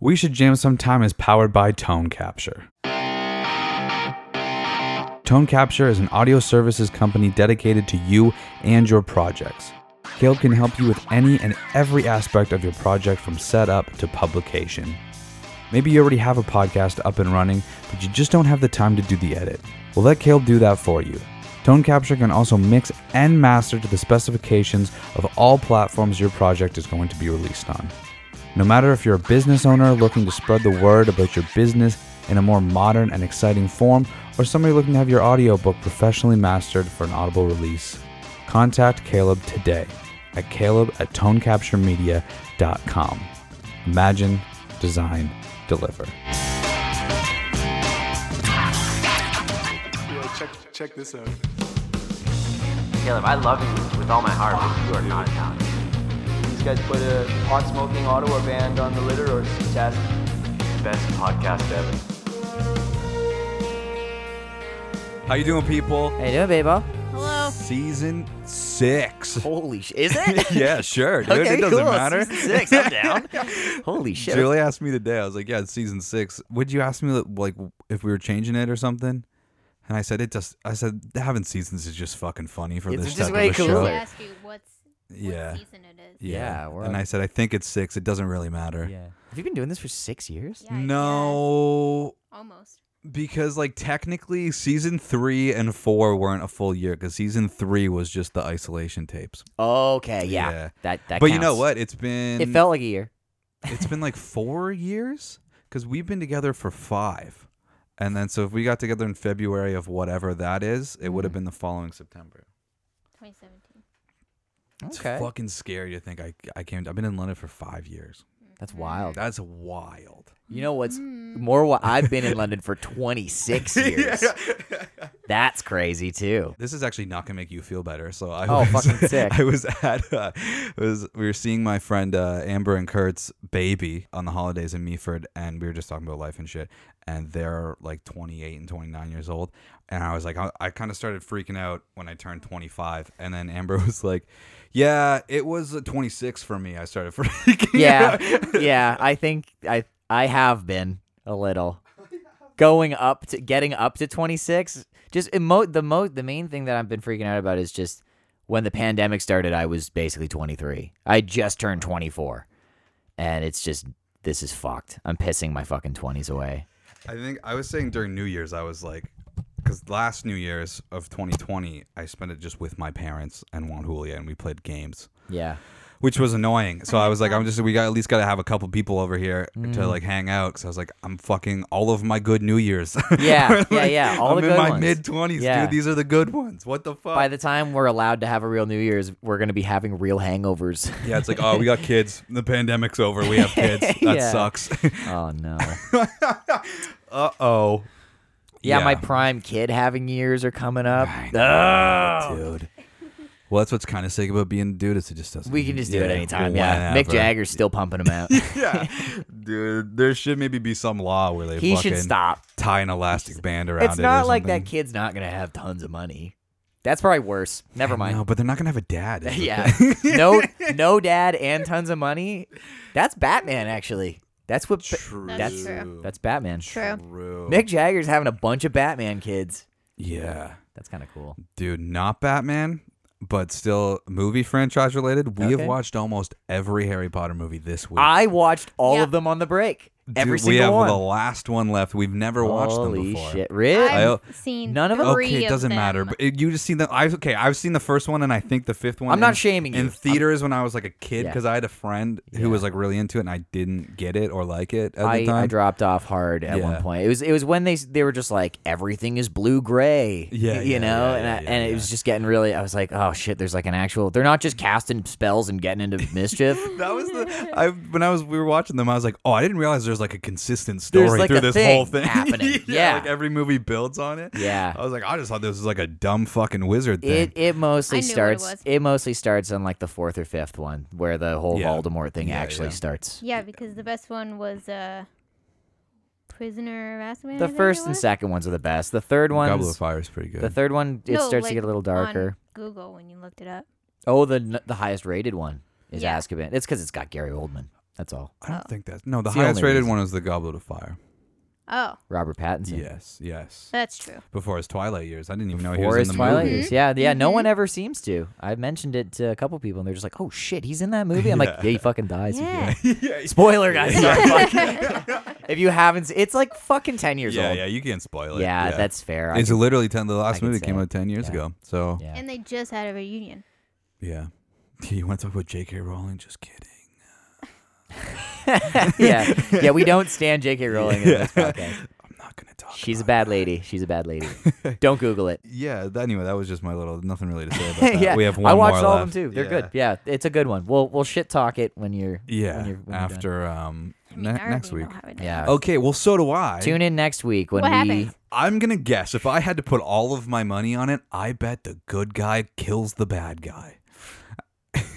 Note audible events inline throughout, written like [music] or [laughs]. We Should Jam Sometime is powered by Tone Capture. Tone Capture is an audio services company dedicated to you and your projects. Caleb can help you with any and every aspect of your project from setup to publication. Maybe you already have a podcast up and running, but you just don't have the time to do the edit. Well, let Caleb do that for you. Tone Capture can also mix and master to the specifications of all platforms your project is going to be released on. No matter if you're a business owner looking to spread the word about your business in a more modern and exciting form, or somebody looking to have your audiobook professionally mastered for an audible release, contact Caleb today at caleb at tonecapturemedia.com. Imagine, design, deliver. Yo, check, check this out. Caleb, I love you with all my heart, but you are not Italian. These guys put a pot smoking Ottawa band on the litter or success. Best podcast ever. How you doing, people? How you doing, Babo? Season six. [laughs] Holy sh! Is [laughs] it? Yeah, sure, dude. okay, it doesn't cool. matter. Season six. I'm [laughs] down. Holy shit! Julie asked me today. I was like, "Yeah, it's season six. Would you ask me like if we were changing it or something?" And I said, "It just." I said, "Having seasons is just fucking funny for It's this just type way of a They show." cooler. Yeah. ask you what's what Yeah. season it is. Yeah, we're and on- I said, "I think it's six. It doesn't really matter." Yeah. Have you been doing this for six years? Yeah, I No, guess. almost. because like technically, season three and four weren't a full year because season three was just the isolation tapes. Okay. Uh, Yeah. Yeah. That that. but you know counts. what? It's been It felt like a year. it's been like four years because we've been together for five and then so if we got together in february of whatever that is it would have been the following september 2017. it's Okay. fucking scary to think i, I came i've been in london for five years That's wild. that's wild You know what's more? What I've been in London for [laughs] 26 years. That's crazy too. this is actually not gonna make you feel better. So I Oh, was, fucking [laughs] sick. I was at uh, was we were seeing my friend uh, Amber and Kurt's baby on the holidays in Meaford, and we were just talking about life and shit. And they're like 28 and 29 years old, and I was like, I, I kind of started freaking out when I turned 25, and then Amber [laughs] was like, Yeah, it was uh, 26 for me. I started [laughs] freaking. [laughs] Yeah. out. yeah. I think I I have been a little going up to getting up to 26. Just emo- the mo the main thing that I've been freaking out about is just when the pandemic started. I was basically 23. I just turned 24, and it's just this is fucked. I'm pissing my fucking 20s away. I think I was saying during New Year's, I was like, because last New Year's of 2020, I spent it just with my parents and Juan Julia, and we played games, Yeah. which was annoying. So I was like, I'm just, we got at least got to have a couple people over here Mm. to like hang out. Because I was like, I'm fucking all of my good New Year's. [laughs] Yeah, Like, yeah, yeah. All I'm the in good my ones. mid 20s, Yeah. dude. These are the good ones. What the fuck? By the time we're allowed to have a real New Year's, we're gonna be having real hangovers. yeah, it's like, oh, we got kids. The pandemic's over. We have [laughs] kids. That Yeah. sucks. [laughs] [laughs] oh no. uh oh. [laughs] Yeah, my prime kid having years are coming up. Ugh. dude. Well, that's what's kind of sick about being a dude is it just doesn't. We can just do it yeah, anytime. Yeah. Mick whenever. Jagger's still pumping him [laughs] out. yeah, dude. There should maybe be some law where they he fucking should stop. tie an elastic band around. It's it or not like that something. kid's not gonna have tons of money. That's probably worse. Never mind. No, but they're not gonna have a dad. is the [laughs] [laughs] yeah. thing. no no dad and tons of money. That's Batman actually. That's what Ba- True. That's That's that's Batman. True. True. Mick Jagger's having a bunch of Batman kids. Yeah, That's kind of cool. dude. Not Batman, but still movie franchise related. We Okay. have watched almost every Harry Potter movie this week. I watched all Yeah. of them on the break. Dude, Every we single have one. the last one left. We've never watched Holy them before. shit! Really? I- I've seen none of 'em? three Okay, it of doesn't matter. them. But it- you just seen the I okay. I've seen the first one and I think the fifth one. I'm not in- shaming In you. theaters when I was like a kid Yeah. because I had a friend who was like really into it and I didn't get it or like it at I, the I time. dropped off hard at Yeah. one point. It was it was when they they were just like everything is blue gray. Yeah, you yeah, know, yeah, and yeah, I, yeah, and it yeah. was just getting really. I was like, oh shit, there's like an actual. They're not just casting spells and [laughs] getting into mischief. that was [laughs] the I when I was we were watching them I was like oh I didn't realize there's like a consistent There's, story like, through a this thing whole thing [laughs] happening. Yeah. like every movie builds on it Yeah. I was like I just thought this was like a dumb fucking wizard thing It it mostly I knew what it starts was. mostly starts on like the fourth or fifth one where the whole Yeah. Voldemort thing Yeah, actually yeah. starts. Yeah, because the best one was uh, Prisoner of Azkaban. I The think it first and was? second ones are the best. The third Goblet of one's Fire is pretty good the third one it No, starts like, to get a little on darker. Google when you looked it up. Oh, the the highest rated one is Yeah. Azkaban. It's because it's got Gary Oldman. That's all. I don't think that's no. The It's the highest only rated reason. one was the Goblet of Fire. Oh, Robert Pattinson. Yes, yes. that's true. Before his Twilight years, I didn't even know he Or was his in the Twilight movie. years. Mm-hmm. Yeah, yeah. No one ever seems to. I mentioned it to a couple people, and they're just like, "Oh shit, he's in that movie." I'm like, "Yeah, he fucking dies." in Yeah. [laughs] here." Spoiler, guys. Sorry, fuck. if you haven't, se- it's like fucking ten years yeah, old. yeah. You can't spoil it. Yeah, that's fair. I It's can- literally ten. The last can movie say came it. out ten years Yeah. ago. So yeah. [laughs] And they just had a reunion. yeah. [laughs] You want to talk about J.K. Rowling? Just kidding. [laughs] yeah, yeah. We don't [laughs] stand J.K. Rowling in this podcast. I'm not gonna talk. She's a about bad lady. She's a bad lady. Don't [laughs] Google it. it. Yeah. th- Anyway, that was just my little nothing really to say [laughs] about that. yeah, We have one I watched more all left. of them too. They're good. Yeah, it's a good one. We'll we'll shit talk it when you're Yeah. when you're, when you're done. after um I mean, ne- I already next know week. how it Yeah. Okay. Well, so do I. Tune in next week when What we. happened? I'm gonna guess if I had to put all of my money on it, I bet the good guy kills the bad guy.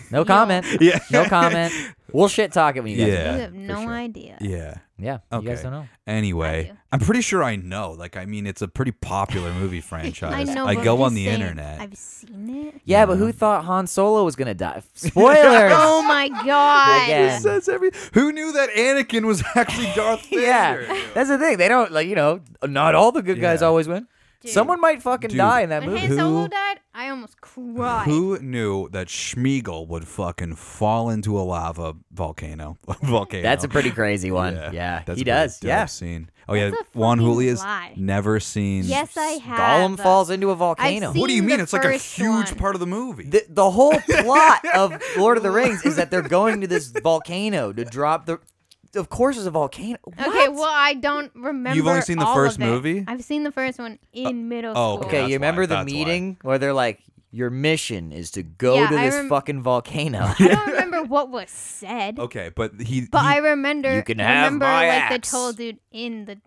No comment. [laughs] Yeah. No comment. We'll shit talk it when you guys. [laughs] Yeah, you have for no sure. idea. Yeah. Yeah. Okay. You guys don't know. Anyway, I do. I'm pretty sure I know. Like, I mean, it's a pretty popular [laughs] movie I franchise. know. but I'm go on just the saying, internet. I've seen it. Yeah, but who thought Han Solo was [laughs] gonna die? Spoilers. [laughs] Oh my god. Again. Says every- Who knew that Anakin was [laughs] actually Darth Vader? [laughs] [laughs] yeah. That's the thing. They don't like you know. Not all the good guys Yeah. always win. Dude. Someone might fucking Dude. die in that When movie. Han Solo Who- died, I almost cried. Who knew that Schmeagol would fucking fall into a lava volcano? [laughs] volcano. That's a pretty crazy one. Yeah, That's he a pretty does. dope Yeah, Scene. Oh yeah, That's a Juan fucking Julia's lie. never seen. Yes, I have. Gollum falls into a volcano. seen- What do you the mean? It's like a first huge one. part of the movie. The, the [laughs] whole plot of Lord of the Rings is that they're going to this volcano to drop the. Of course, there's a volcano. Okay, well, I don't remember. seen the all first of it. movie? I've seen the first one in middle oh, school. Uh, Okay, That's you remember why, the that's why. meeting where they're like, "Your mission is to go Yeah, to I this rem- [laughs] fucking volcano." [laughs] I don't remember what was said, okay, but he. but he- I remember. You can have remember, my like axe. the tall dude in the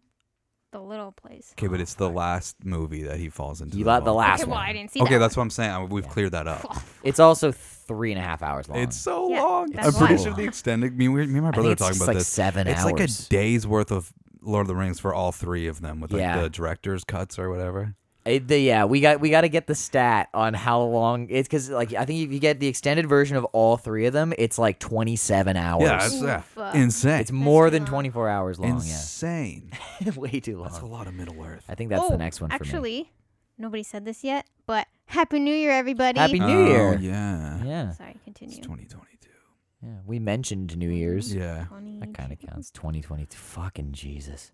the little place. Okay, but it's the last movie that he falls into. You got the volcano. last Okay, well, one. I didn't see Okay, that. that's what I'm saying. I- We've cleared that up. It's also three and a half hours long. It's so Yeah, long. that's I'm pretty why. sure the extended. Me, we, me and my brother were it's talking just about like this. seven it's like hours. a day's worth of Lord of the Rings for all three of them, with like Yeah. the director's cuts or whatever. It- the- yeah, we got we got to get the stat on how long it's because like I think if you get the extended version of all three of them, it's like twenty seven hours. Yeah, it's yeah, Oof, uh, insane. it's more too than long. twenty four hours long. insane. Yeah, [laughs] way too That's a long. lot of Middle Earth. I think that's oh, the next one for me. actually, nobody said this yet, but Happy New Year, everybody. Happy New oh, Year. Yeah. Yeah, Sorry, It's continue. 2022. yeah. We mentioned Mm-hmm. New Year's. Yeah. That kind of counts. Twenty twenty. Fucking Jesus.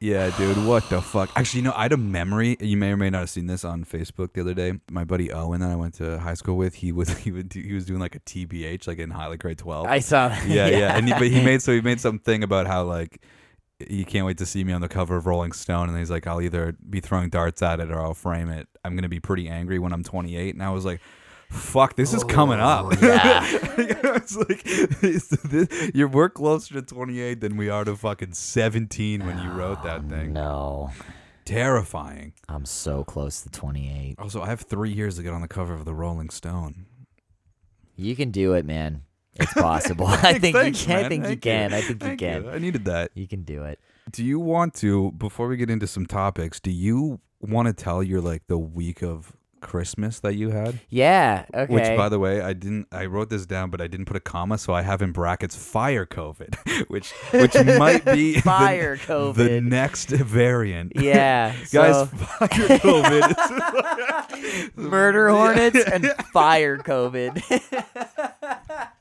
Yeah, dude, what the fuck? Actually, you know, I had a memory. You may or may not have seen this on Facebook the other day. My buddy Owen that I went to high school with, he was [laughs] he would do, he was doing like a TBH, like in high like grade twelve. I [laughs] saw. yeah, yeah. [laughs] And he, but he made so he made some thing about how like he can't wait to see me on the cover of Rolling Stone, and he's like, I'll either be throwing darts at it or I'll frame it. I'm gonna be pretty angry when I'm 28, and I was like. Fuck! This is coming Oh, up. [laughs] it's like it's- this- you're we're closer to 28 than we are to fucking 17 when you wrote that [laughs] thing. Oh, No, Terrifying. I'm so close to twenty eight. Also, I have three years to get on the cover of the Rolling Stone. You can do it, man. [laughs] It's possible. I think Thanks, you can. I man. think you Thank can. I think you Thank can. I needed that. You can do it. Do you want to, before we get into some topics, do you want to tell your like the week of Christmas that you had? Yeah. Okay. Which, by the way, I didn't. I wrote this down, but I didn't put a comma, so I have in brackets "fire COVID," [laughs] which which might be the- Fire the, COVID. next variant. [laughs] yeah, Guys, so- fire COVID. [laughs] murder hornets and fire COVID. [laughs]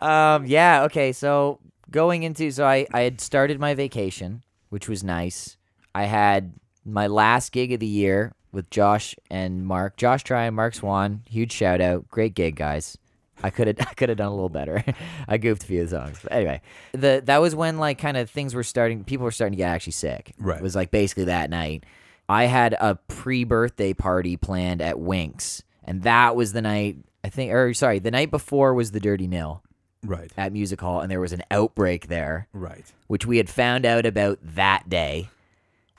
um. Yeah. Okay. So going into so I I had started my vacation, which was nice. I had my last gig of the year with Josh and Mark. Josh Try and Mark Swan. Huge shout out. Great gig, guys. I could have [laughs] I could have done a little better. [laughs] I goofed a few songs, but anyway, the that was when like kind of things were starting. People were starting to get actually sick. Right. It was like basically that night. I had a pre-birthday party planned at Winks, and that was the night I think, or sorry, the night before was the Dirty Nil right, at Music Hall, and there was an outbreak there right. which we had found out about that day.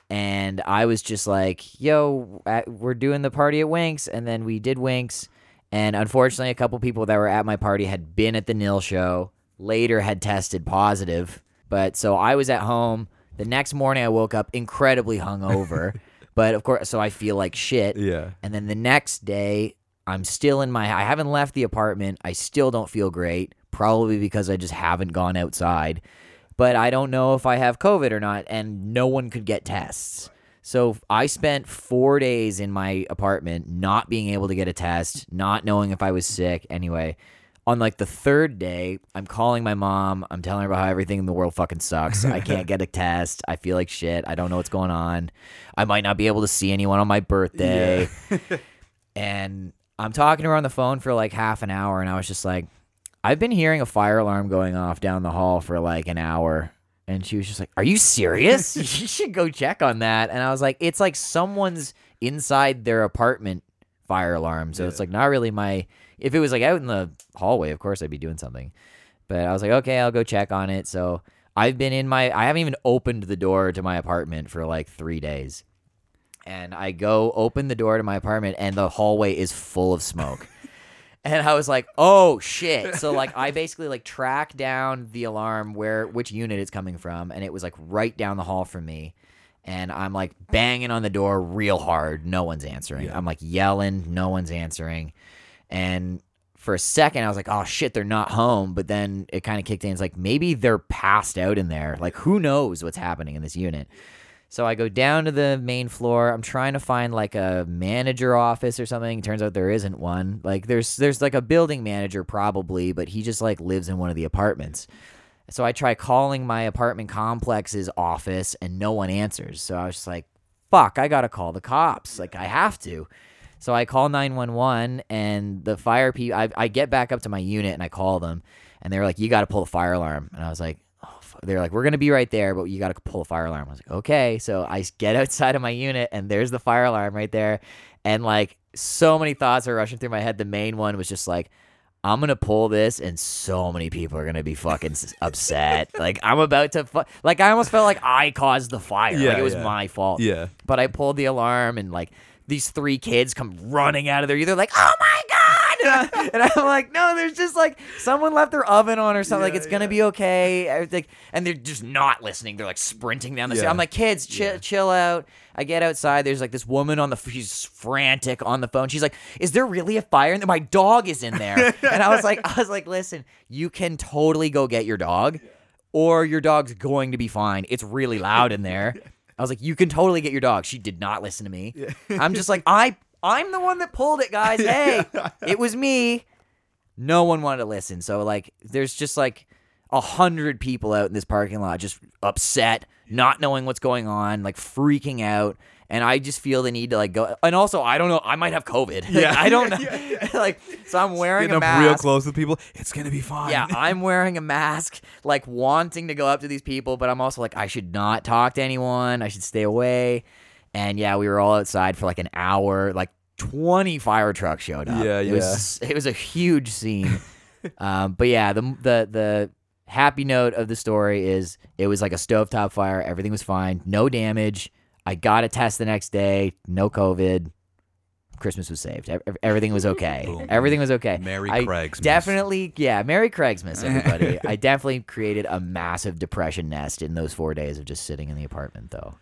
And I was just like, yo, at, we're doing the party at Winks. And then we did Winks. And unfortunately, a couple people that were at my party had been at the Nil show, later had tested positive. But so I was at home. The next morning, I woke up incredibly hungover. but of course, so I feel like shit. Yeah. And then the next day, I'm still in my I haven't left the apartment. I still don't feel great, probably because I just haven't gone outside. But I don't know if I have COVID or not and no one could get tests. So I spent 4 days in my apartment not being able to get a test, not knowing if I was sick anyway. On like the third day, I'm calling my mom. I'm telling her about how everything in the world fucking sucks. I can't get a test. I feel like shit. I don't know what's going on. I might not be able to see anyone on my birthday and I'm talking to her on the phone for like half an hour, and I was just like, I've been hearing a fire alarm going off down the hall for like an hour. And she was just like, Are you serious? [laughs] you should go check on that. And I was like, It's like someone's inside their apartment fire alarm. So it's like not really my. If it was like out in the hallway, of course I'd be doing something. But I was like, Okay, I'll go check on it. So I've been in my. I haven't even opened the door to my apartment for like three days and I go open the door to my apartment, and the hallway is full of smoke. and I was like, "Oh shit!" So like, I basically like track down the alarm where which unit it's coming from, and it was like right down the hall from me. And I'm like banging on the door real hard. No one's answering. I'm like yelling. No one's answering. And for a second, I was like, "Oh shit, they're not home." But then it kind of kicked in. It's like maybe they're passed out in there. Like who knows what's happening in this unit. So I go down to the main floor. I'm trying to find like a manager office or something. Turns out there isn't one. Like there's there's like a building manager probably, but he just like lives in one of the apartments. So I try calling my apartment complex's office and no one answers. So I was just like, fuck, I got to call the cops. Like I have to. So I call 911 and the fire people, I, I get back up to my unit and I call them and they were like, you got to pull the fire alarm. And I was like, oh, fu-" they're like, we're going to be right there, but you got to pull the fire alarm. I was like, okay. So I s- get outside of my unit and there's the fire alarm right there. And like so many thoughts are rushing through my head. The main one was just like, I'm gonna pull this, and so many people are gonna be fucking s- upset. Like I'm about to, fu- like I almost felt like I caused the fire. Yeah, like it was yeah. my fault. Yeah. But I pulled the alarm, and like these three kids come running out of there. They're like, "Oh my god!" [laughs] And, I, and I'm like, "No, there's just like someone left their oven on or something. like it's gonna be okay." I was Like, and they're just not listening. They're like sprinting down the. stairs. Yeah. I'm like, "Kids, chill, chill out." I get outside. There's like this woman on the. f- She's frantic on the phone. She's like, "Is there really a fire?" And my dog is in there. and I was like, [laughs] I was like, "Listen, you can totally go get your dog." or your dog's going to be fine. It's really loud in [laughs] there. I was like, you can totally get your dog. She did not listen to me. I'm just like, I I'm the one that pulled it, guys. [laughs] Hey, it was me. No one wanted to listen. So like there's just like a hundred people out in this parking lot just upset, not knowing what's going on, like freaking out. And I just feel the need to like go and also I don't know, I might have COVID. [laughs] Like, Yeah. I [laughs] don't know. [laughs] like so I'm wearing Getting a up mask. real close with people. It's gonna be fine. Yeah, I'm wearing a mask, like wanting to go up to these people, but I'm also like, I should not talk to anyone. I should stay away. And yeah, we were all outside for like an hour. Like 20 fire trucks showed up. Yeah, it yeah. Was, it was a huge [laughs] scene. um, but yeah, the the the happy note of the story is it was like a stovetop fire. Everything was fine, no damage. I got a test the next day, no COVID. Christmas was saved. Ev- ev- Everything was okay. Boom. Everything was okay. Merry I Craigsmas. Definitely, yeah. Merry Craigsmas, everybody. I definitely created a massive depression nest in those four days of just sitting in the apartment, though.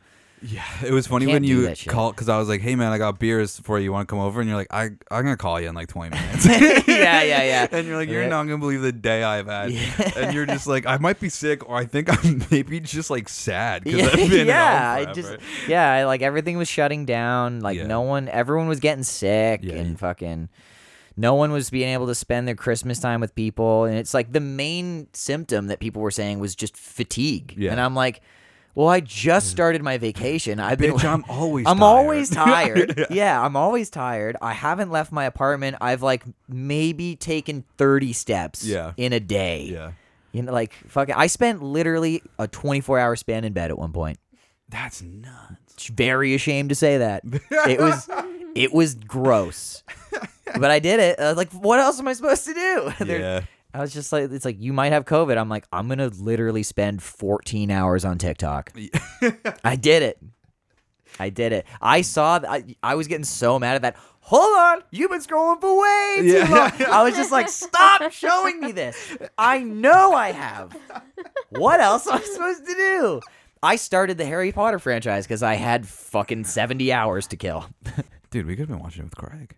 Yeah, it was funny Can't when do you that shit. called because I was like, "Hey man, I got beers for you. You want to come over?" And you're like, "I I'm gonna call you in like 20 minutes." [laughs] yeah, yeah, yeah. and you're like, "You're Yeah. not gonna believe the day I've had." And you're just like, "I might be sick, or I think I'm [laughs] maybe just like sad [laughs] because I've been yeah, at home I just forever." yeah, I, like everything was shutting down. Like Yeah. no one, everyone was getting sick Yeah. and fucking. No one was being able to spend their Christmas time with people, and it's like the main symptom that people were saying was just fatigue. Yeah. And I'm like, well, I just started my vacation. I've been Bitch, I'm always I'm tired. [laughs] always tired. yeah. I'm always tired. I haven't left my apartment. I've like maybe taken 30 steps Yeah. in a day. Yeah, You know, like fucking, I spent literally a 24 hour span in bed at one point. that's nuts. Very ashamed to say that. It was, it was gross, but I did it. I was like, what else am I supposed to do? [laughs] There- Yeah. I was just like, it's like you might have COVID. I'm like, I'm gonna literally spend 14 hours on TikTok. I did it. I did it. I saw. Th- I, I was getting so mad at that. Hold on, you've been scrolling for way too Yeah. long. I was just like, stop showing me this. I know I have. What else am I supposed to do? I started the Harry Potter franchise because I had fucking 70 hours to kill. Dude, we could have been watching it with Craig.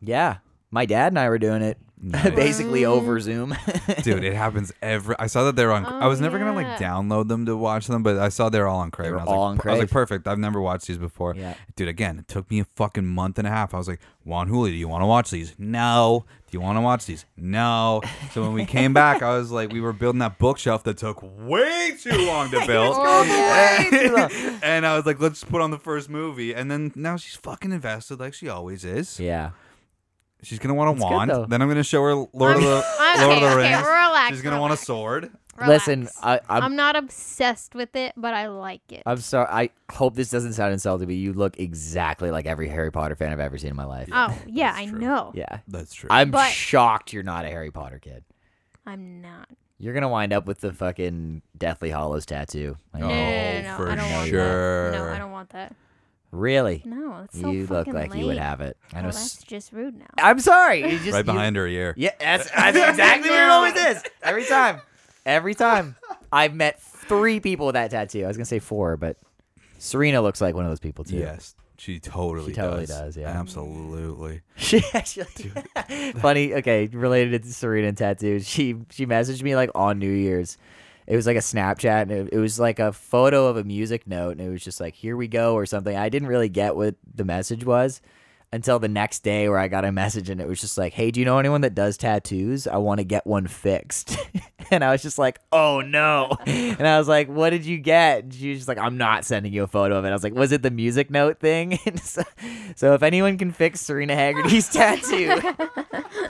yeah. My dad and I were doing it [laughs] basically Mm. over Zoom. Dude, it happens every. I saw that they're on. I Oh, was never gonna like yeah. download them to watch them, but I saw they're all on Crave. were and I was all like, on per- I was like, Crave. perfect. I've never watched these before. Yeah. Dude, again, it took me a fucking month and a half. I was like, Juan Julio, do you want to watch these? No. Do you want to watch these? No. So when we came back, I was like, we were building that bookshelf that took way too long [laughs] to build. Oh, yeah. [laughs] and I was like, let's put on the first movie. And then now she's fucking invested like she always is. [laughs] yeah. She's gonna want a That's good, wand. though. then I'm gonna show her Lord of the I'm- Lord of okay, the okay, Rings. relax, She's gonna want a sword. [laughs] Listen, Relax. I, I'm, I'm not obsessed with it, but I like it. I'm sorry. I hope this doesn't sound insulting, but you look exactly like every Harry Potter fan I've ever seen in my life. Yeah. [laughs] oh, yeah, That's I true. know. That's true. I'm But- shocked you're not a Harry Potter kid. I'm not. You're going to wind up with the fucking Deathly Hollows tattoo. Like, Oh, No, no, no, no, for I don't want sure. that. No, I don't want that. Really? No, it's so you look fucking like late. you would have it. I Oh, know. that's s- just rude now. I'm sorry. You just, right you- behind her ear. Yeah, that's, that's exactly what it always is. Every time. Every time. I've met three people with that tattoo. I was going to say four, but Serena looks like one of those people, too. Yes, she totally. She totally does, yeah. absolutely. She [laughs] actually funny. Okay, related to Serena and tattoos. She she messaged me like on New Year's. It was like a Snapchat, and it, it was like a photo of a music note, and it was just like "Here we go" or something. I didn't really get what the message was until the next day, where I got a message, and it was just like, "Hey, do you know anyone that does tattoos? I want to get one fixed." [laughs] and I was just like, "Oh no!" [laughs] and I was like, "What did you get?" And she was just like, "I'm not sending you a photo of it." I was like, "Was it the music note thing?" [laughs] and so, so if anyone can fix Serena Haggerty's [laughs] [laughs] tattoo,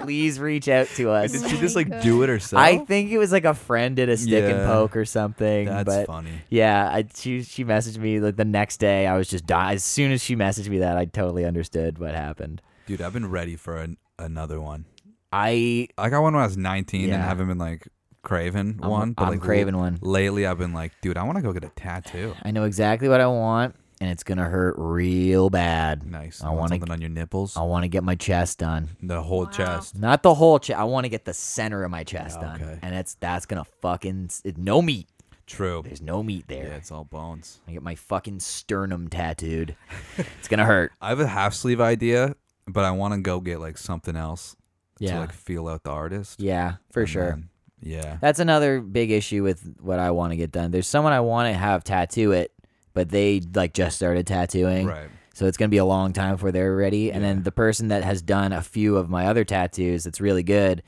please reach out to us. Did she just my like do it herself? I think it was like a friend did a stick and Yeah. poke or something. That's but funny. Yeah, I, she she messaged me like the next day. I was just die. As soon as she messaged me that, I totally understood what happened. Dude, I've been ready for an, another one. I I got one when I was 19 and Yeah. haven't been like craving I'm- one. But I'm like, craving one. Lately, I've been like, dude, I want to go get a tattoo. I know exactly what I want, and it's gonna hurt real bad. Nice. I You want want something to. on your nipples, I want to get my chest done. the whole Wow. chest. Not the whole chest. I want to get the center of my chest Yeah, done, okay. and it's that's gonna fucking s- it, no meat. True. There's no meat Yeah, there. it's all bones. I get my fucking sternum tattooed. [laughs] it's gonna hurt. I have a half sleeve idea, but I want to go get like something else to Yeah. like um, feel out the artist. Yeah, for And sure. then- yeah. That's another big issue with what I want to get done. There's someone I want to have tattoo it, but they like just started tattooing. Right. So it's going to be a long time before they're ready. And then the person that has done a few of my other tattoos that's really good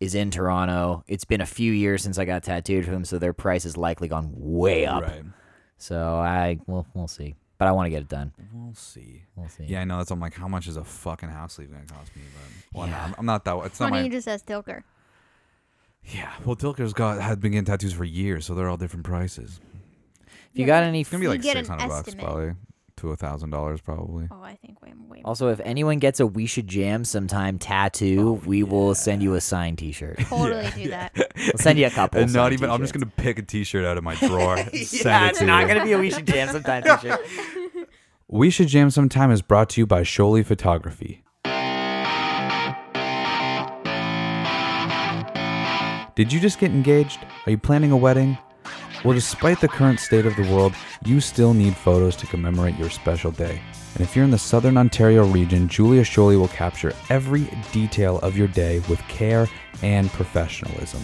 is in Toronto. It's been a few years since I got tattooed from him, so their price has likely gone way up. Right. So I well, we'll see. But I want to get it done. We'll see. We'll see. Yeah, I know. That's I'm like, how much is a fucking house sleeve gonna cost me? But well, no, Yeah. I'm, I'm not that. It's Why not don't you my. just ask Dilker? Yeah. Well, Tilker's got had been getting tattoos for years, so they're all different prices. If you got any It's gonna be You like get an six hundred bucks, estimate. probably to a thousand dollars, probably. Oh, I think way, way more. Also, if anyone gets a We Should Jam sometime tattoo, Oh, we will send you a signed [laughs] t shirt. Totally do that. We'll send you a couple. And not signed even. I'm just t-shirts. gonna pick a T-shirt out of [laughs] my drawer. and [laughs] Yeah, send it it's to not you. gonna be a we should [laughs] jam sometime t-shirt. We Should Jam Sometime is brought to you by Sholi Photography. Did you just get engaged? Are you planning a wedding? Well, despite the current state of the world, you still need photos to commemorate your special day. And if you're in the southern Ontario region, Julia Sholi will capture every detail of your day with care and professionalism.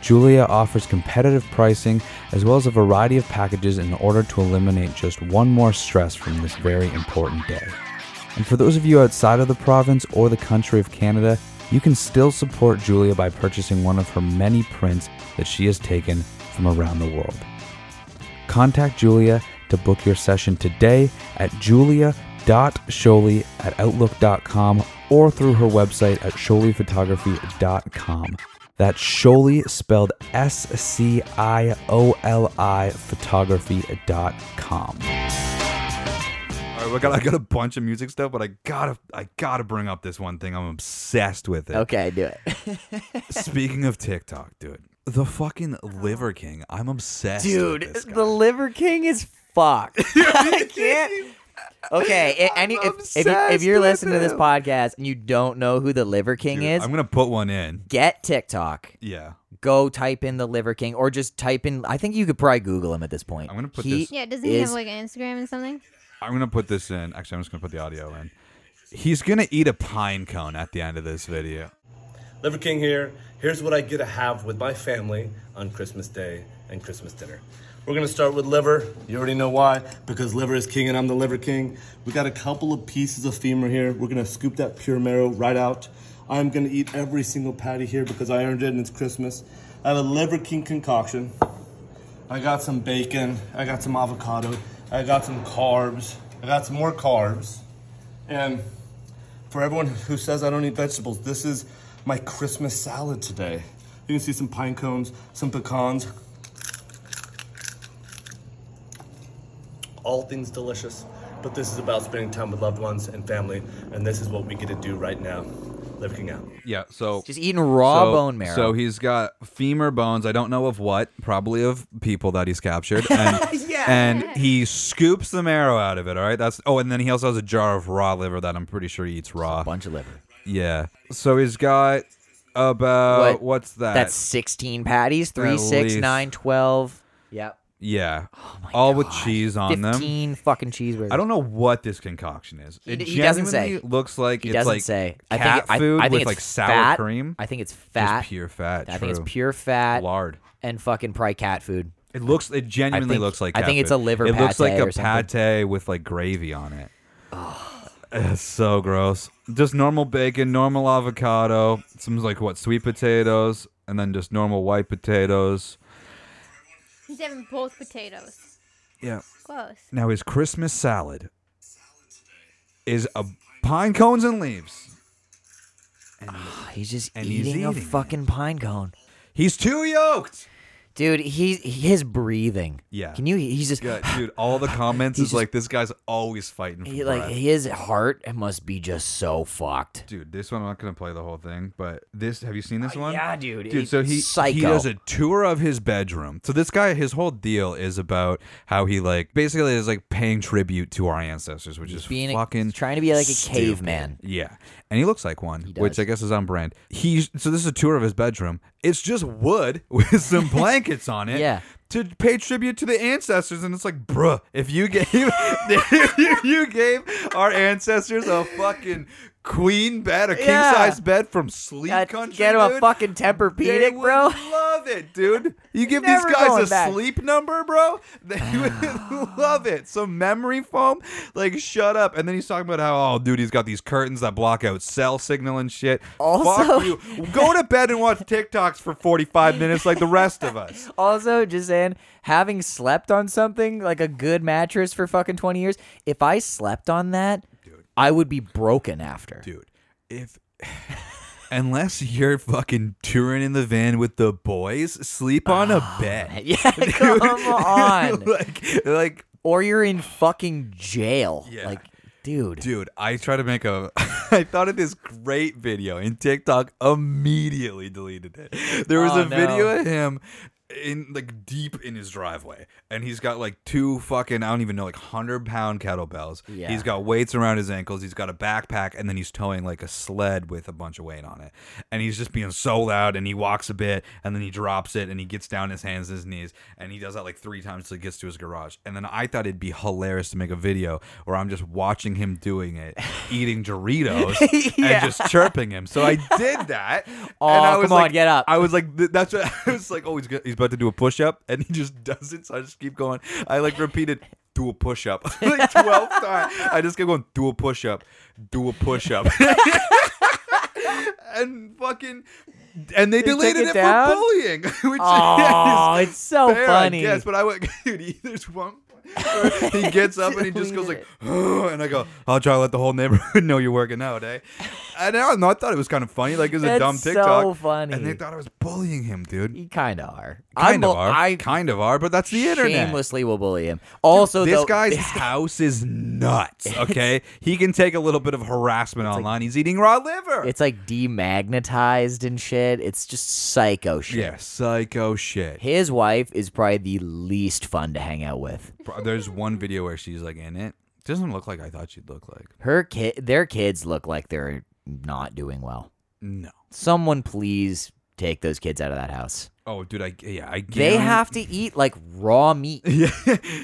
Julia offers competitive pricing as well as a variety of packages in order to eliminate just one more stress from this very important day. And for those of you outside of the province or the country of Canada, you can still support Julia by purchasing one of her many prints that she has taken from around the world. Contact Julia to book your session today at julia.sholi at outlook.com or through her website at sholiphotography.com. That's Sholi spelled S C I O L I photography.com. All right, we got, I got a bunch of music stuff, but I gotta, I gotta bring up this one thing. I'm obsessed with it. Okay, do it, Speaking of TikTok, dude, the fucking Liver King. I'm obsessed. with dude. this guy. The Liver King is [laughs] fucked. I can't. Okay, i- any if if, you, if obsessed you're with listening to this him. podcast and you don't know who the Liver King Dude, is, I'm gonna put one in. get TikTok. Yeah, Go type in the Liver King, or just type in. I think you could probably Google him at this point. I'm gonna put He this- Yeah, doesn't he is- have like an Instagram and something? I'm gonna put this in. Actually, I'm just gonna put the audio in. He's gonna eat a pine cone at the end of this video. Liver King here. Here's what I get to have with my family on Christmas Day and Christmas dinner. We're gonna start with liver. You already know why, because liver is king and I'm the liver king. We got a couple of pieces of femur here. We're gonna scoop that pure marrow right out. I'm gonna eat every single patty here because I earned it and it's Christmas. I have a liver king concoction. I got some bacon. I got some avocado. I got some carbs. I got some more carbs. And for everyone who says I don't eat vegetables, this is my Christmas salad today. You can see some pine cones, some pecans. All things delicious, but this is about spending time with loved ones and family, and this is what we get to do right now. Living out. Yeah, so Just eating raw so- bone marrow. So he's got femur bones. I don't know of what, probably of people that [laughs] he's captured. And, Yeah. And he scoops the marrow out of it. All right. That's oh, and then he also has a jar of raw liver that I'm pretty sure he eats raw. a bunch of liver. Yeah. So he's got about What? what's that? That's 16 patties, 3, Uh, At 6, least. 9, 12. Yep. yeah, Oh all with cheese on them. 15 fucking cheeseburgers. I don't know what this concoction is. He it d- he doesn't say. genuinely looks like He it's doesn't like say. I think, cat it- I- food I, think with it's like sour fat. cream. I think it's Just fat. pure fat. I think it's true. pure fat lard. and fucking probably cat food. It looks. It genuinely think- looks like. I cat think it's food. a liver It looks like pate a or something. pate with like gravy on it. It's [sighs] so gross. Just normal bacon, normal avocado, some like what sweet potatoes, and then just normal white potatoes. He's having both potatoes. Yeah. Close. Now his Christmas salad is a pine cones and leaves. Ah, He's just And he's eating, a eating it. fucking pine cone. He's [laughs] too yoked. Dude, he his breathing. Yeah. Can you he's just Yeah, dude. All the comments He's is just- like this guy's always fighting [sighs] for he, breath. like his heart must be just so fucked. Dude, this one I'm not gonna play the whole thing, but this have you seen this one? Uh, yeah, dude, Dude, it's so he he psycho. does a tour of his bedroom. So this guy, his whole deal is about how he like basically is like paying tribute to our ancestors, which is being a- fucking trying to be like a stupid. caveman. Yeah, and he looks like one, which does. I guess is on brand. He so this is a tour of his bedroom. It's just wood [laughs] with [laughs] some blankets on it. Yeah. To pay tribute to the ancestors, and it's like, bruh, if you gave [laughs] if you- you gave our ancestors a fucking queen bed, a king Yeah. size bed from sleep God, country, get him a dude, fucking they Tempur-Pedic, would bro. Love it, dude. You give these Never guys going a back. sleep number, bro. [sighs] They would [laughs] love it. Some memory foam. Like, shut up. And then he's talking about how, oh, dude, he's got these curtains that block out cell signal and shit. Also- Fuck you. Go to bed and watch TikToks for [laughs] 45 minutes like the rest of us. [laughs] Also, just saying, having slept on something like a good mattress for fucking 20 years, if I slept on that, I would be broken after. Dude, if. [sighs] Unless you're fucking touring in the van with the boys, sleep on a [laughs] bed. [laughs] Yeah, Ah, come on. like, like Or you're in fucking jail. Yeah. Like, dude. Dude, I try to make a. [laughs] I thought of this great video, and TikTok immediately deleted it. There was Oh, a video no. of him in like deep in his driveway, and he's got like two fucking I don't even know like hundred pound kettlebells. Yeah. He's got weights around his ankles. He's got a backpack, and then he's towing like a sled with a bunch of weight on it. And he's just being so loud, and he walks a bit, and then he drops it, and he gets down his hands and his knees, and he does that like three times till he gets to his garage. And then I thought it'd be hilarious to make a video where I'm just watching him doing it, [laughs] eating Doritos, Yeah. and just chirping him. So I did [laughs] that. Oh, and I was come on, like- get up. I was like, th- that's what [laughs] I was like. Oh, he's, go- he's about to do a push up, and he just does it. So I just keep going. I like repeated, do a push up, [laughs] [laughs] like 12 times. I just kept going, do a push up, do a push up. [laughs] and fucking, and they, They took deleted it it, down? for bullying. [laughs] Which Oh, [laughs] is it's so fair, funny. I guess, but I went, [laughs] dude, he- there's one. where he gets up and he just goes [laughs] like, and I go, I'll try to let the whole neighborhood [laughs] know you're working out, eh? And I don't know, I thought it was kind of funny. Like it was a That's dumb so TikTok. funny. And they thought I was bullying him, dude. You kind of are. Kind I'm of bu- are. I kind of are, but that's the internet. shamelessly will bully him. Also, this though, [laughs] guy's house is nuts. Okay, he can take a little bit of harassment online. He's eating raw liver. it's like demagnetized and shit. It's just psycho shit. yeah, psycho shit. His wife is probably the least fun to hang out with. Bro, There's one video where she's like in it. Doesn't look like I thought she'd look like. Her kid, their kids look like they're not doing well. No. Someone please take those kids out of that house. Oh, dude, I yeah, I They guaran- [laughs] have to eat like raw meat. yeah,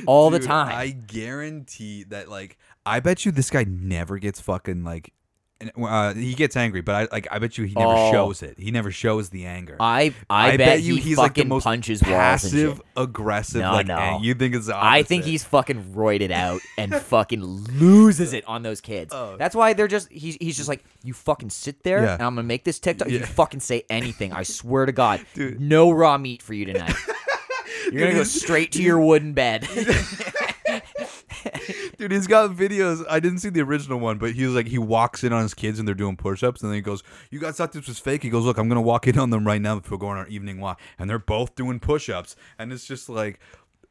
all the Dude, time. I guarantee that. Like, I bet you this guy never gets fucking like. and, Uh, he gets angry, but I like. I bet you he never Oh. shows it. He never shows the anger. I I, bet, you he he's fucking like the most punches walls and shit. passive aggressive. No, like, no. ang- you think it's? The I think opposite. [laughs] he's fucking roided out and [laughs] fucking loses it on those kids. That's why they're just he's he's just like you fucking sit there Oh. Yeah. and I'm gonna make this TikTok. Yeah. You fucking say anything, I swear to God, [laughs] Dude. no raw meat for you [laughs] tonight. You're gonna go straight to your wooden bed. Dude, he's got videos. I didn't see the original one, but he was like, he walks in on his kids and they're doing push ups. And then he goes, You guys thought this was fake? He goes, Look, I'm going to walk in on them right now if we're going on our evening walk. And they're both doing push ups. And it's just like,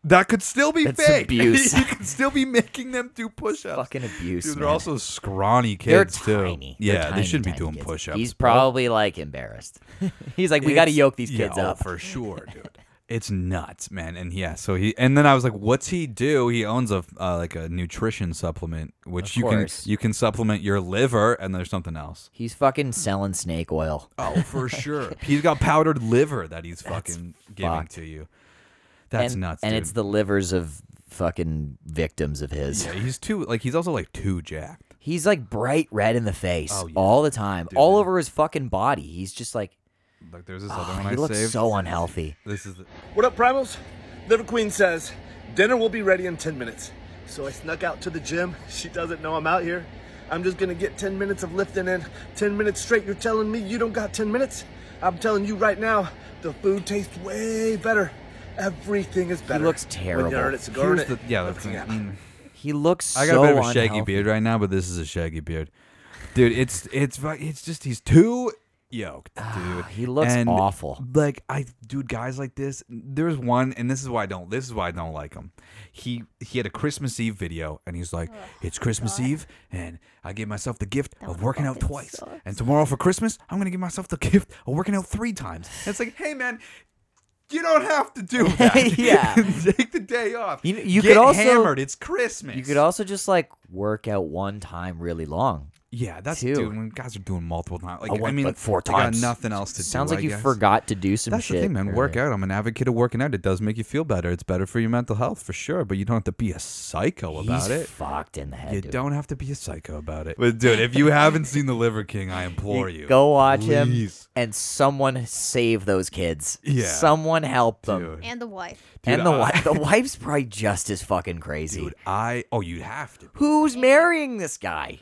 that could still be That's fake. [laughs] abuse. you could still be making them do push [laughs] ups. Fucking abuse, Dude, they're man. also scrawny They're kids, too. tiny. They're Yeah, they tiny, shouldn't be tiny doing kids. push ups. He's probably like embarrassed. [laughs] he's like, we got to It's- yoke these kids yeah, oh, up. for sure, dude. It's nuts, man. And yeah, so he and then I was like, what's he do? He owns a uh, like a nutrition supplement, which Of you course. can you can supplement your liver, and there's something else. He's fucking selling snake oil. Oh, for sure. [laughs] He's got powdered liver that he's fucking giving fucked. to you. That's and, nuts, And dude. it's the livers of fucking victims of his. yeah, he's too like he's also like too jacked. He's like bright red in the face Oh, yeah. all the time, all over his fucking body. He's just like, Like there's this oh, other one he I looks saved. so unhealthy. this is the, What up, primals? Liver Queen says, dinner will be ready in 10 minutes. So I snuck out to the gym. She doesn't know I'm out here. I'm just gonna get 10 minutes of lifting in. 10 minutes straight. You're telling me you don't got 10 minutes? I'm telling you right now, the food tastes way better. Everything is better. looks When terrible. you earn it, cigar here's in the it. yeah. That's, Yeah. mm. He looks I got so a bit of a unhealthy. shaggy beard right now, but this is a shaggy beard, dude. It's it's fu- it's just he's too yoked, dude. Ah, he looks And, awful. Like I, dude, guys like this. There's one, and this is why I don't. This is why I don't like him. He he had a Christmas Eve video, and he's like, "It's Christmas Eve, and I give myself the gift of working out fucking twice. sucks. And tomorrow for Christmas, I'm gonna give myself the [laughs] gift of working out three times." And it's like, hey man. You don't have [laughs] to do that. Yeah. [laughs] take the day off. You- you Get could also- hammered. It's Christmas. You could also just like work out one time really long. Yeah, that's too. dude. When guys are doing multiple times, like I I, went, mean, like, four they got times. nothing else to do. Sounds I like you guess. forgot to do some That's shit. the thing, man. Work earlier. out. I'm an advocate of working out. It does make you feel better. It's better for your mental health for sure. But you don't have to be a psycho about He's it. fucked in the head. You dude. don't have to be a psycho about it. But dude, if you haven't seen The Liver King, I implore [laughs] you, Go watch please. him and someone save those kids. Yeah. Someone help them. Dude. And the wife. Dude, and the I- wife, [laughs] the wife's probably just as fucking crazy. Dude, I oh, you have to. Who's marrying this guy?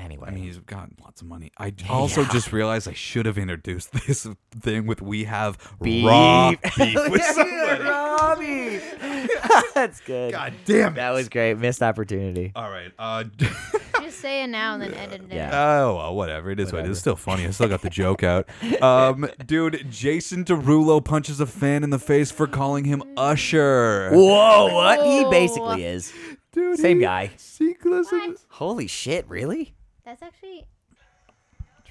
Anyway, I mean, he's got lots of money. I d- also just realized I should have introduced [laughs] this thing with we have [laughs] [laughs] raw Beef. beef with Yeah, somebody. Robbie. [laughs] That's good. God damn it! That was great. Missed opportunity. All right. Uh, Just say it now and then edit it Yeah. out. Oh well, whatever. It is what it is. It's still funny. I still got the joke out. Um, dude, Jason Derulo punches a fan in the face for calling him Usher. Whoa, what he Whoa. basically is. Dude, Same he- guy. See, listen. What? Holy shit, really? That's actually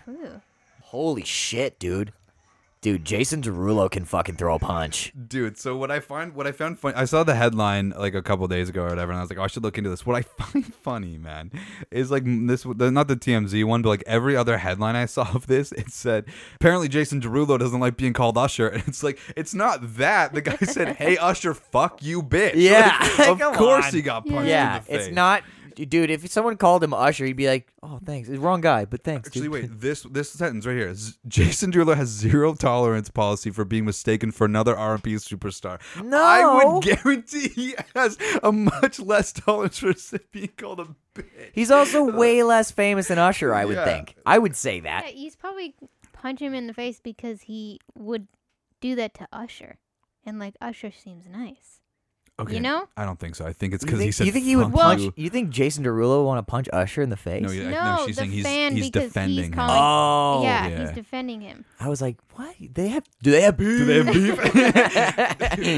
true. Holy shit, dude. Dude, Jason Derulo can fucking throw a punch. Dude, so what I find, what I found funny, I saw the headline like a couple days ago or whatever, and I was like, oh, I should look into this. What I [laughs] find funny, man, is like this, the- not the TMZ one, but like every other headline I saw of this, it said, apparently Jason Derulo doesn't like being called Usher. [laughs] And it's like, it's not that. The guy said, hey, Usher, fuck you, bitch. Yeah, [laughs] Like, of come course on. he got punched yeah, in the face. it's not. Dude, if someone called him Usher, he'd be like, oh, thanks. It's wrong guy, but thanks. Actually, dude. wait. This this sentence right here. Z- Jason Derulo has zero tolerance policy for being mistaken for another R&B superstar. I No. would guarantee he has a much less tolerance for [laughs] being called a bitch. He's [laughs] also way less famous than Usher, I would Yeah. think. I would say Yeah, that. he's probably punch him in the face because he would do that to Usher, and like Usher seems nice. Okay. know? I don't think so. I think it's You because he think, said. you think he would "Fuck punch? you." You think Jason Derulo would want to punch Usher in the face? No, yeah, No, she's the saying he's fan he's because he's defending. him. calling- Oh, yeah, yeah. he's defending him. I was like, what? They have? Do they have beef? [laughs] Do they have beef?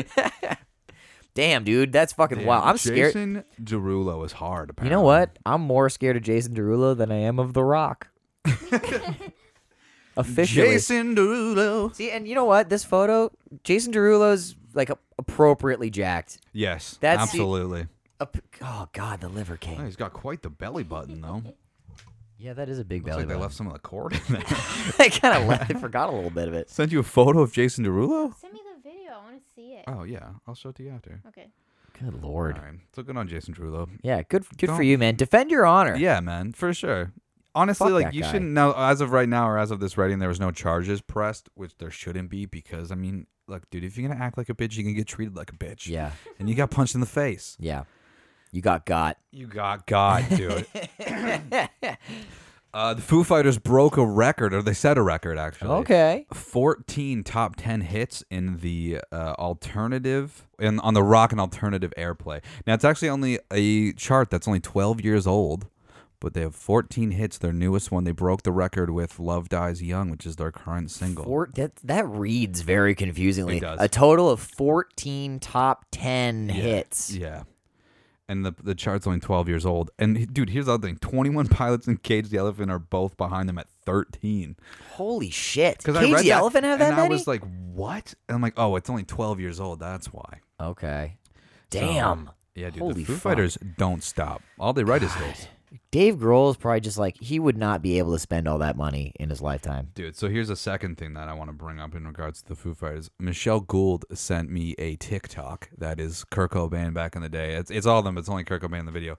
Damn, dude, that's fucking wild. I'm scared. Jason Derulo is hard. you Apparently. know what? I'm more scared of Jason Derulo than I am of The [laughs] Rock. Officially. Jason Derulo. See, and you know what? This photo, Jason Derulo's like appropriately jacked. Yes. That's- absolutely. Ap- oh God, the liver king. Oh, he's got quite the belly button though. Yeah, that is a big Looks belly like they button. left some of the cord [laughs] in there. [laughs] I kind of left. [laughs] I forgot a little bit of it. Sent you a photo of Jason Derulo? Send me the video. I want to see it. Oh yeah, I'll show it to you after. Okay. Good lord. All right, so good on Jason Derulo. Yeah, good. Good for Don't- you, man. Defend your honor. Yeah, man, for sure. Honestly, Fuck like that you guy. shouldn't know as of right now or as of this writing, there was no charges pressed, which there shouldn't be because I mean, look, dude, if you're gonna act like a bitch, you can get treated like a bitch. Yeah. And you got punched in the face. Yeah. You got got. You got God, dude. [laughs] uh, the Foo Fighters broke a record, or they set a record actually. Okay. 14 top 10 hits in the uh, alternative in on the rock and alternative airplay. Now it's actually only a chart that's only 12 years old, but they have 14 hits. Their newest one, they broke the record with "Love Dies Young," which is their current single. Four, that, that reads very confusingly. It does. A total of 14 top 10 hits. Yeah. And the the chart's only 12 years old. And he- dude, here's the other thing: 21 Pilots and Cage the Elephant are both behind them at 13. Holy shit. Cage Because I read the that, Elephant have that and many? I was like, "What?" And I'm like, "Oh, it's only 12 years old. That's why." okay. Damn. Yeah, dude. Holy the Foo fuck. Fighters don't stop. All they write is hits. Dave Grohl is probably just like, he would not be able to spend all that money in his lifetime. Dude, so here's a second thing that I want to bring up in regards to the Foo Fighters. Michelle Gould sent me a TikTok that is Kirk Cobain back in the day. It's, it's all of them, but it's only Kirk Cobain in the video.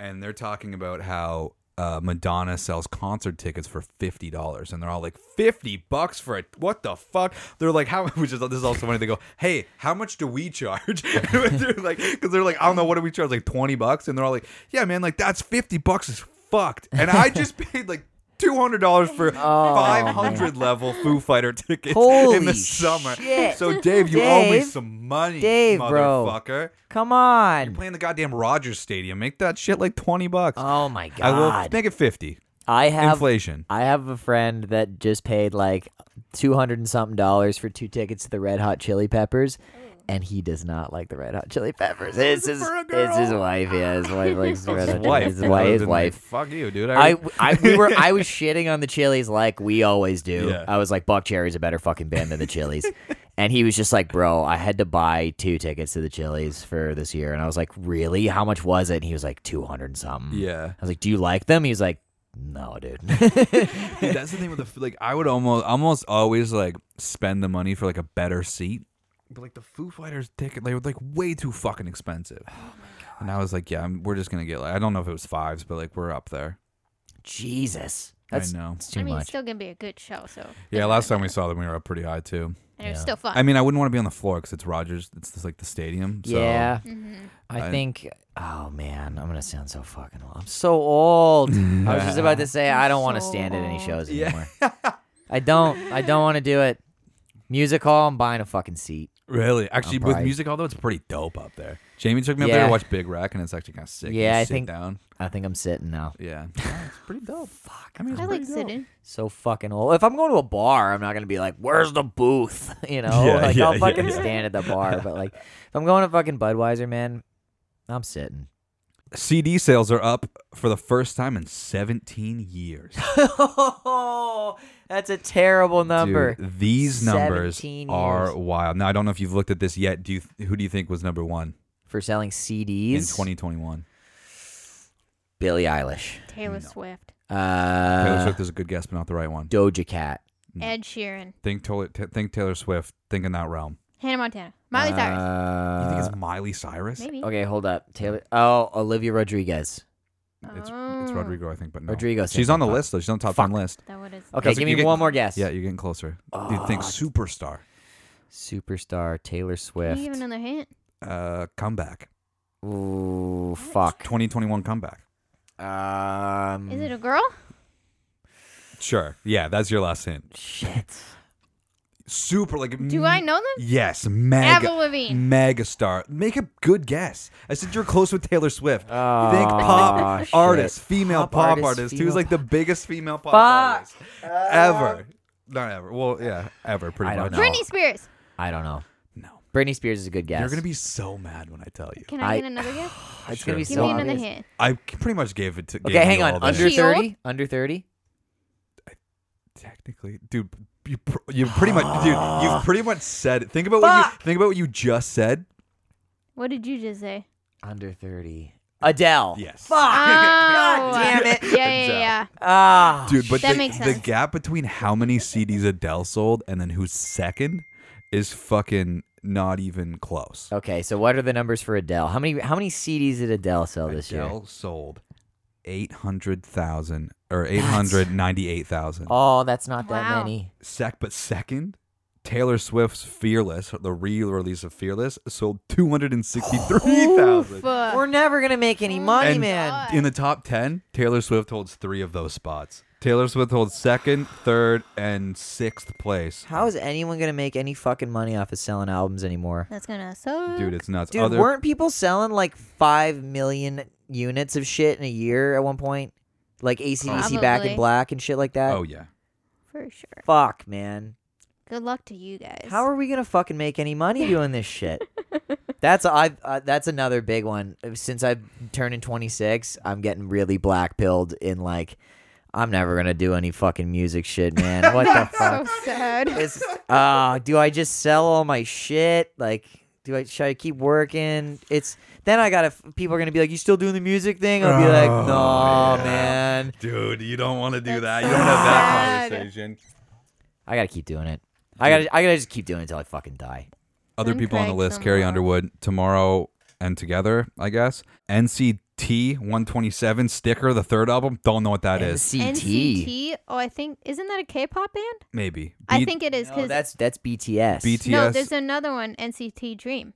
And they're talking about how uh, Madonna sells concert tickets for fifty dollars, and they're all like fifty bucks for it. What the fuck? They're like, how? [laughs] Which is this is also funny. They go, hey, how much do we charge? [laughs] And they're like, because they're like, I don't know, what do we charge? Like twenty bucks, and they're all like, yeah, man, like that's fifty bucks is fucked, and I just [laughs] paid like. Two hundred dollars for five hundred level Foo Fighter tickets in Oh, Holy the summer. shit. So Dave, you owe me Dave. some money, Dave, bro. motherfucker. Come on. Playing the goddamn Rogers Stadium, make that shit like twenty bucks. Oh my I will God. make it fifty. I have Inflation. I have a friend that just paid like two hundred and something dollars for two tickets to the Red Hot Chili Peppers, and he does not like the Red Hot Chili Peppers. It's his, Oh. For a it's his girl. wife. Yeah, his wife likes [laughs] the Red Hot. His Chili wife, Peppers. His rather wife. His than, wife. Fuck you, dude. I, already- I we were I [laughs] was shitting on the Chili's like we always do. Yeah. I was like Buck Cherry's a better fucking band than the [laughs] Chili's. and he was just like, "Bro, I had to buy two tickets to the Chili's for this year." And I was like, "Really? How much was it?" And he was like, 200 and something." Yeah. I was like, "Do you like them?" He was like, "No, dude." [laughs] Dude, that's the thing with the like. I would almost almost always like spend the money for like a better seat, but like the Foo Fighters ticket, they were like way too fucking expensive. Oh my god! And I was like, yeah, I'm, we're just gonna get like I don't know if it was fives, but like we're up there. Jesus. I That's know. It's too I mean, much. it's still gonna be a good show. So. it Yeah, doesn't last really time we matter. saw them, we were up pretty high too. And it was Yeah. still fun. I mean, I wouldn't want to be on the floor because it's Rogers. It's just like the stadium. So. yeah. Mm-hmm. I think oh man, I'm gonna sound so fucking old. I'm so old. I was just [laughs] about to say I don't want to so stand at any shows Yeah. anymore. I don't I don't want to do it. Music hall, I'm buying a fucking seat. [laughs] Really, actually, with probably- music, although it's pretty dope up there. Jamie took me up there Yeah. to watch Big Rack, and it's actually kind of sick. You Yeah, just I sit think- down. I think I'm sitting now. Yeah, Yeah, it's [laughs] pretty dope. Fuck, I mean, it's I pretty like dope. sitting. So fucking old. If I'm going to a bar, I'm not gonna be like, "Where's the booth?" [laughs] You know, Yeah, like yeah, I'll yeah, fucking yeah. stand at the [laughs] bar. But like, if I'm going to fucking Budweiser, man, I'm sitting. CD sales are up for the first time in 17 years. [laughs] that's a terrible [laughs] number. Dude, these numbers 17 are years. wild. Now I don't know if you've looked at this yet. Do you who do you think was number 1 for selling CDs in 2021? Billie Eilish, Taylor Swift, uh, Taylor Swift is a good guess, but not the right one. Doja Cat, Ed Sheeran, Think Taylor, t- think Taylor Swift, think in that realm. Hannah Montana, Miley Cyrus, Uh, you think it's Miley Cyrus? maybe. okay, hold up, Taylor. Oh, Olivia Rodriguez. It's it's Oh, Rodrigo, I think, but no. Rodrigo sings She's on the that. list though. She's on the top 10 list. That what it's. Okay, That's give me like- you get- one more guess. Yeah, you're getting closer. You'd think superstar. Superstar Taylor Can Swift. you give another hint? Uh comeback. Ooh, fuck. 2021 comeback. Um, Is it a girl? Sure. Yeah, that's your last hint. shit? [laughs] Super like Do I know them? Yes, mega Avril Lavigne. mega star. Make a good guess. I said you're close with Taylor Swift. Aw, [laughs] Think pop Oh, shit. artist, female Pop pop, artist, artist. He female was like the biggest female pop artist ever. Not ever. Well, yeah, ever pretty I don't much. know. Britney Spears. I don't know. No. Britney Spears is a good guess. You're gonna be so mad when I tell you. Can I, I- get another guess? It's gonna be Give so me another obvious. hint. I pretty much gave it to. gave Okay, hang you on. all Under the- She old? thirty. Under thirty. technically, dude, you pr- you pretty much, dude, [gasps] you've pretty much said. It. Think about what you think about what you just said. [laughs] What did you just say? Under thirty. Adele. Yes. Fuck. [laughs] Oh, damn it. Yeah, yeah, yeah. yeah. Ah. Dude, but That the, makes the sense. gap between how many CDs Adele sold and then who's second is fucking not even close. Okay, so what are the numbers for Adele? How many how many CDs did Adele sell Oh, this year? Adele sold 800,000 or 898,000. Oh, that's not that Wow. many. Sec, but second, Taylor Swift's Fearless, the re-release of Fearless, sold 263,000. Fuck. We're never gonna make any money, And- man. In the top 10, Taylor Swift holds 3 of those spots. Taylor Swift holds second, third, and sixth place. How is anyone gonna make any fucking money off of selling albums anymore? That's gonna suck. Dude, it's nuts. Dude, Other- weren't people selling like five million units of shit in a year at one point? Like ACDC back in Probably. black and shit like that? Oh yeah. For sure. Fuck, man. Good luck to you guys. How are we gonna fucking make any money doing this shit? That's I. Uh, that's another big one. Since I've turning twenty six, I'm getting really black pilled in like, I'm never gonna do any fucking music shit, [laughs] man. What the [laughs] so fuck? sad. This, uh, do I just sell all my shit? Like, do I should I keep working? It's then I gotta. People are gonna be like, you still doing the music thing? I'll be like, Oh, no, yeah. man. Dude, you don't want to do That's that. You don't have that sad. conversation. I gotta keep doing it. I gotta. I gotta just keep doing it until I fucking die. Other I'm people on the crying list: so Carrie much. Underwood, Tomorrow, and Together. I guess NCT 127 sticker, the third album. Don't know what that is. NCT. NCT. Oh, I think isn't that a K-pop band? Maybe. I B- think it is No, because that's that's BTS. BTS. no, there's another one, NCT Dream.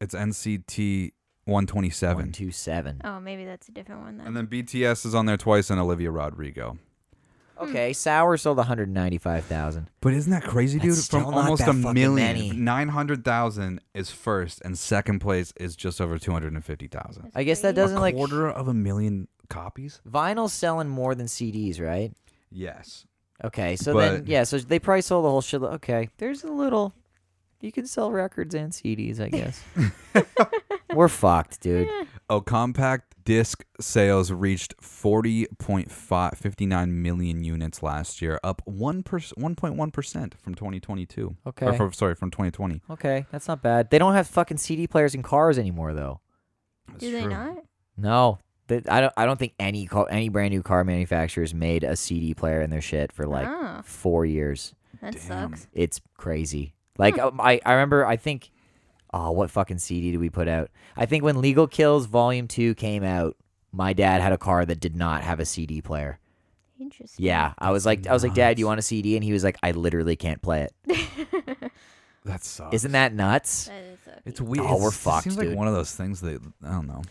it's NCT One 127. two seven. Oh, maybe that's a different one then. And then BTS is on there twice, and Olivia Rodrigo. Okay, Sour sold 195,000. But isn't that crazy, dude? That's From still not almost that a fucking many. million, nine hundred thousand is first, and second place is just over two hundred and fifty thousand. I guess that crazy. doesn't a like quarter of a million copies. vinyl's selling more than CDs, right? Yes. Okay, so then But- yeah, so they probably sold the whole shit. Okay, there's a little. You can sell records and CDs, I guess. [laughs] We're fucked, dude. Oh, compact disc sales reached 40.59 million units last year, up 1%, 1.1% from 2022. Or Okay. from, sorry, from 2020. Okay, that's not bad. They don't have fucking CD players in cars anymore, though. That's Do they true. not? No, They- I don't. I don't think any car, any brand new car manufacturers made a CD player in their shit for like Oh. four years. That Damn. sucks. It's crazy. Like um, I, I remember. I think. Oh, what fucking CD did we put out? I think when Legal Kills Volume Two came out, my dad had a car that did not have a CD player. Interesting. Yeah, I was like, I was like, Dad, you want a CD? And he was like, I literally can't play it. That sucks. Isn't that nuts? That is sucky. It's weird. Oh, It's- we're It seems fucked, like dude. one of those things that, I don't know.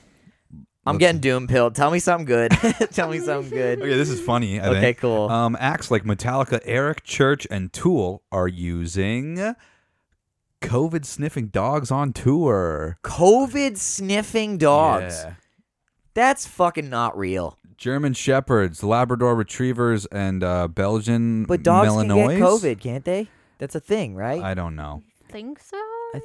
I'm Let's- getting doom pilled. Tell me something [laughs] good. [laughs] Tell me something good. Okay, this is funny. I Okay, think. cool. Um, acts like Metallica, Eric Church, and Tool are using COVID sniffing dogs on tour. COVID sniffing dogs. Yeah. That's fucking not real. German Shepherds, Labrador Retrievers, and uh, Belgian But dogs Malinois? can get COVID, can't they? That's a thing, right? I don't know. Think so? I th-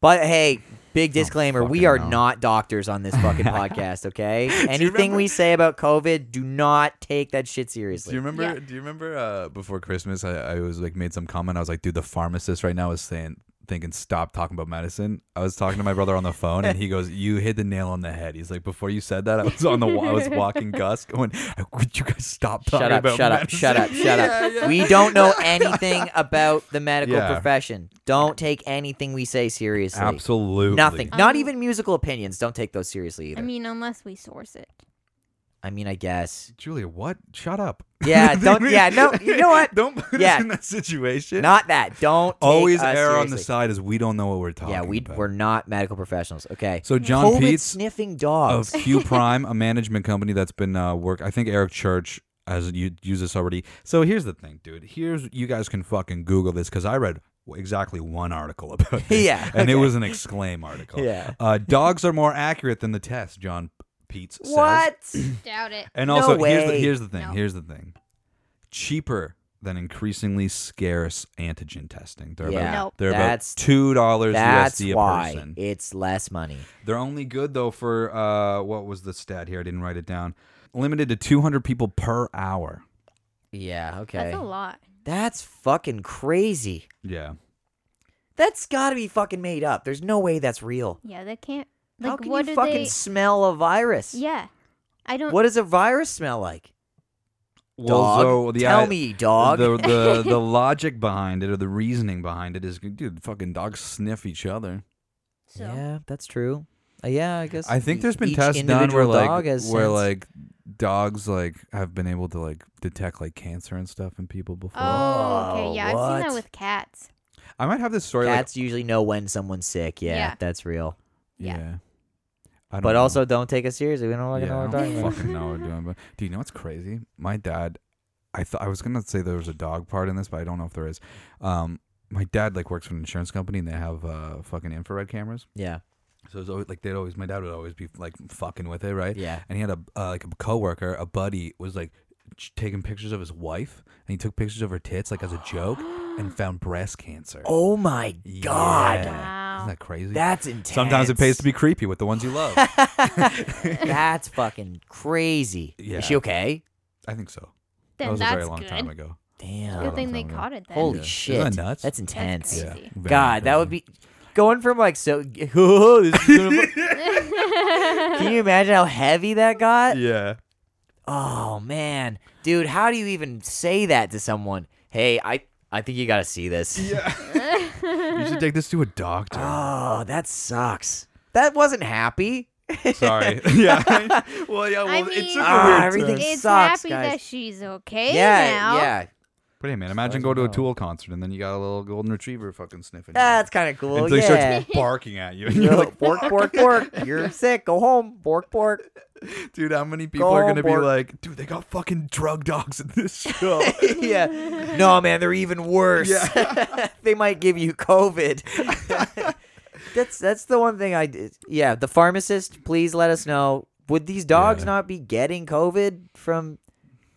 But hey, big disclaimer: we Oh, are fucking know. not doctors on this [laughs] fucking podcast. Okay, anything we say about COVID, do not take that shit Do you seriously. remember? Yeah. Do you remember uh, before Christmas? I, I was like made some comment. I was like, "Dude, the pharmacist right now is saying, thinking, stop talking about medicine." I was talking to my brother on the phone, and [laughs] he goes, "You hit the nail on the head." He's like, "Before you said that, I was on the, [laughs] wa- I was walking Gus, going, would you guys stop talking Shut up! about Shut up! medicine?" Shut up! Shut up! We don't [laughs] know anything about the medical Yeah. profession. Don't take anything we say seriously. [laughs] Absolutely Nothing. Um, Not even musical opinions. Don't take those seriously either. I mean, unless we source it. I mean, I guess. Julia, what? Shut up. [laughs] Yeah. Don't. Yeah. No. You know what? don't put Yeah. us in that situation. Not that. Don't. take always us err on the seriously. side as we don't know what we're talking. Yeah, we about. we're not medical professionals. Okay. So John COVID Pete's sniffing of dogs. [laughs] Q Prime, a management company that's been uh, work. I think Eric Church has u- used this already. So here's the thing, dude. Here's you guys can fucking Google this because I read w- exactly one article [laughs] about this. Yeah, and it was an exclaim article. Yeah. uh, dogs are more accurate than the test. John Pete's says. What? Doubt it. And No also, here's, the, way. here's the thing. No. Here's the thing. Cheaper than increasingly scarce antigen testing. They're Yeah. about, Nope. they're That's- about two dollars That's USD a why person. it's less money. They're only good though for uh, what was the stat here? I didn't write it down. Limited to 200 people per hour. Yeah. Okay. That's a lot. That's fucking crazy. Yeah. That's got to be fucking made up. There's no way that's real. Yeah, that can't. Like, How can what you do fucking they? smell a virus? Yeah, I don't. What does a virus smell like? Well, Dog. so the Tell i- me, dog. [laughs] The, the the logic behind it or the reasoning behind it is, dude, fucking dogs sniff each other. [laughs] so. Yeah, that's true. Uh, yeah, I guess. I think e- there's been each tests done where individual like dog where has sense. like dogs like have been able to like detect like cancer and stuff in people before. Oh, okay. Yeah, I've seen that What? with cats. I might have this story. cats usually know when someone's sick. Yeah, Yeah. that's real. like, yeah. I don't But know. also, don't take us seriously. We don't fucking know yeah, what [laughs] we're I talking don't about. fucking know what we're doing. But do you know what's crazy? My dad, I thought I was gonna say there was a dog part in this, but I don't know if there is. Um, my dad like works for an insurance company and they have uh fucking infrared cameras. Yeah, [laughs] So it's always like they'd always my dad would always be like fucking with it, right? Yeah. And he had a uh, like a coworker, a buddy was like ch- taking pictures of his wife and he took pictures of her tits like as a joke and found breast cancer. Oh my Yeah. god, Isn't that crazy? that's intense. Sometimes it pays to be creepy with the ones you love. I that's fucking crazy. Yeah. Is she okay? think so. Then that was a that's very long good. time ago. Damn. Good long thing they time ago. caught it then. Holy that shit. nuts? That's That's intense. crazy. Yeah. very God, that would crazy. be going from like so. [laughs] this is [laughs] gonna- Can you imagine how heavy that got? Yeah. Oh man, dude, how do you even say that to someone? Hey, I I think you gotta see this. You should take this to a doctor. [laughs] Oh, that sucks. That wasn't happy. [laughs] Sorry. yeah. well, yeah. Well, I it took mean- a Ah, weird everything- turn. it's sucks, happy guys. that she's okay yeah, now. yeah. But hey, man, imagine going to a Tool concert and then you got a little golden retriever fucking sniffing. you. That's kind of cool. Until he yeah. [laughs] starts barking at you, and You're you're like, like, bork, bork, bork. You're sick. Go home. Bork, bork. dude, how many people are gonna be Goldberg. like, dude, they got fucking drug dogs in this [laughs] show? [laughs] yeah. No, man, they're even worse. [laughs] they might give you COVID. [laughs] that's that's the one thing I did. Yeah, the pharmacist, please let us know. Would these dogs Yeah. not be getting COVID from?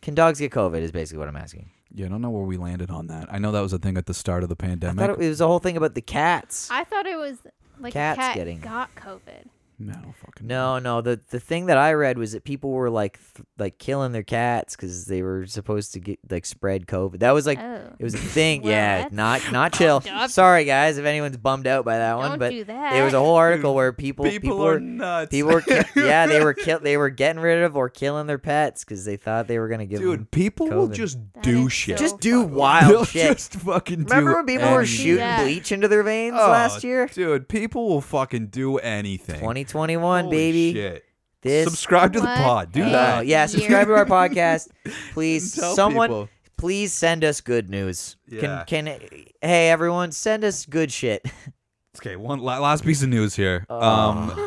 Can dogs get COVID? Is basically what I'm asking. [laughs] yeah, I don't know where we landed on that. I know that was a thing at the start of the pandemic. I thought it was a whole thing about the cats. I thought it was like Cats a cat getting- got COVID. no, I don't fucking. No, no. The the thing that I read was that people were like th- like killing their cats because they were supposed to get like spread COVID. That was like Oh. it was a thing. Well, yeah, that's not [laughs] not chill. up. Sorry guys, if anyone's bummed out by that one, Don't but do there was a that. whole article where people People, people are were nuts. people were [laughs] ki- yeah they were kill they were getting rid of or killing their pets because they thought they were gonna give them dude, people will COVID. just That do is shit. so just do fucked. wild They'll shit. just fucking Remember do when people were anything. shooting Yeah. bleach into their veins Oh, last year? dude. People will fucking do anything. 2021 Holy baby. shit. This Subscribe to the What pod. Do a- Oh, that. yeah, subscribe to our podcast, please. Tell Someone, people. please send us good news. Yeah. Can can hey everyone, send us good shit. Okay, one la- last piece of news here. Oh. [laughs] Um,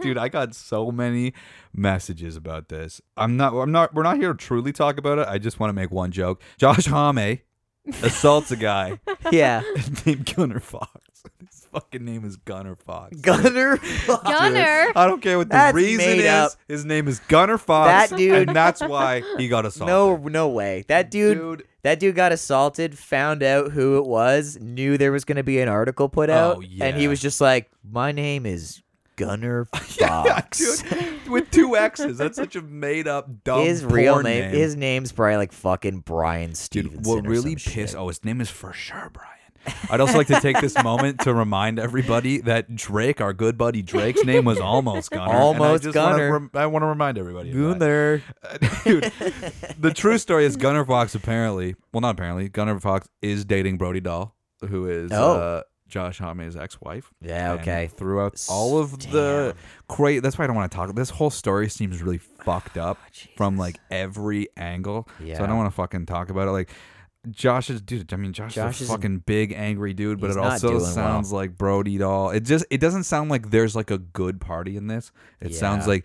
dude, I got so many messages about this. I'm not. I'm not. We're not here to truly talk about it. I just want to make one joke. Josh Homme assaults [laughs] a guy [laughs] yeah, named Gunner Fox. His fucking name is Gunner Fox. Gunner. Gunner. I don't care what the That's reason made is. up. His name is Gunner Fox. That dude- And that's why he got assaulted. [laughs] No, no way. That dude, Dude. that dude got assaulted. Found out who it was. Knew there was going to be an article put out, Oh, and yeah. he was just like, "My name is Gunner Fox." [laughs] Yeah, dude, with two X's. That's such a made up dumb His real porn name, name. His name's probably like fucking Brian Stevenson. Dude, what or really some shit. pissed? Oh, his name is for sure Brian. I'd also like to take this moment to remind everybody that Drake, our good buddy Drake's name was almost Gunner. Almost and I just wanna Gunner. rem- I want to remind everybody. of that. Gunner. Dude, the true story is Gunner Fox apparently, well, not apparently, Gunner Fox is dating Brody Dahl, who is Oh. uh, Josh Homme's ex wife. Yeah, okay. Throughout all of the cra that's why I don't want to talk. This whole story seems really [sighs] fucked up from like every angle. So Yeah. I don't want to fucking talk about it. Like, Josh is, dude, I mean, Josh, Josh is is- a fucking big, angry dude, but He's it not also doing well. sounds like Brody Dahl. It just, it doesn't sound like there's like a good party in this. It sounds Yeah. like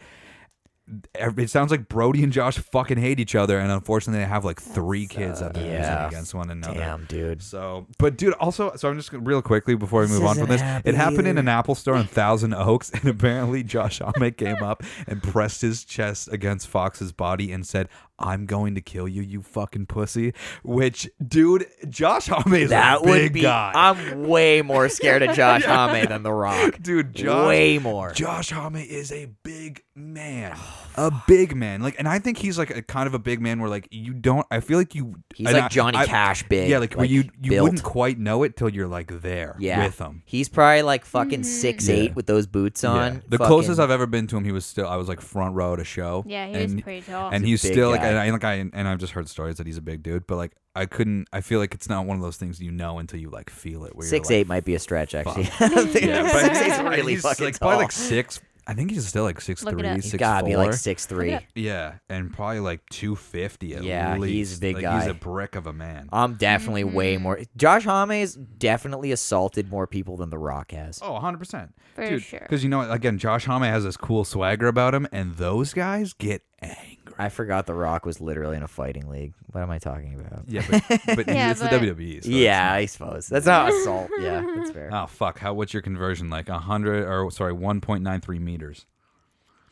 Ev- it sounds like Brody and Josh fucking hate each other, and unfortunately, they have like three kids that they're using uh, Yeah. against one another. Damn, dude. So, but dude, also, so I'm just gonna, real quickly before we This move on from isn't this, happy it happened in either. an Apple [laughs] store in Thousand Oaks, and apparently Josh Ame came up and pressed his chest against Fox's body and said, "I'm going to kill you, you fucking pussy." Which, dude, Josh Ame is That a big would be. guy. I'm way more scared of [laughs] Josh Hame than The Rock. Dude, [laughs] Josh- Way more. Josh Homme is a big man. a big man. Like, and I think he's like a kind of a big man where like you don't. I feel like you. He's and like I- Johnny I- Cash big, Yeah, like, where like, you you built. wouldn't quite know it till you're like there Yeah, with him. He's probably like fucking six Yeah. eight with those boots Yeah. on. The fucking- closest I've ever been to him, he was still. I was like front row at a show. Yeah, he and, was pretty tall. And He's a he's big still like, guy. and I like I and I've just heard stories that he's a big dude, but like I couldn't. I feel like it's not one of those things you know until you like feel it. Where six [laughs] you're, eight might be a stretch actually. Fuck. yeah, like, six [laughs] eight's really he's fucking like, tall. Probably like six. I think he's still like six Look it up. He's six gotta be four. like six three. Yeah, and probably like two fifty at Yeah, least. he's a big like, guy. He's a brick of a man. I'm definitely way more. Josh Homme definitely assaulted more people than The Rock has. Oh, 100%. For Dude, sure. Because, you know, again, Josh Homme has this cool swagger about him, and those guys get angry. I forgot The Rock was literally in a fighting league. What am I talking about? Yeah, but, [laughs] but Yeah, it's but- the WWE. So it's- yeah, I suppose that's not assault. Yeah, [laughs] that's fair. Oh, fuck. How? What's your conversion like? 100, or sorry, 1.93 meters.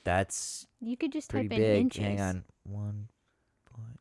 That's You could just pretty type big. in inches. Hang on, one.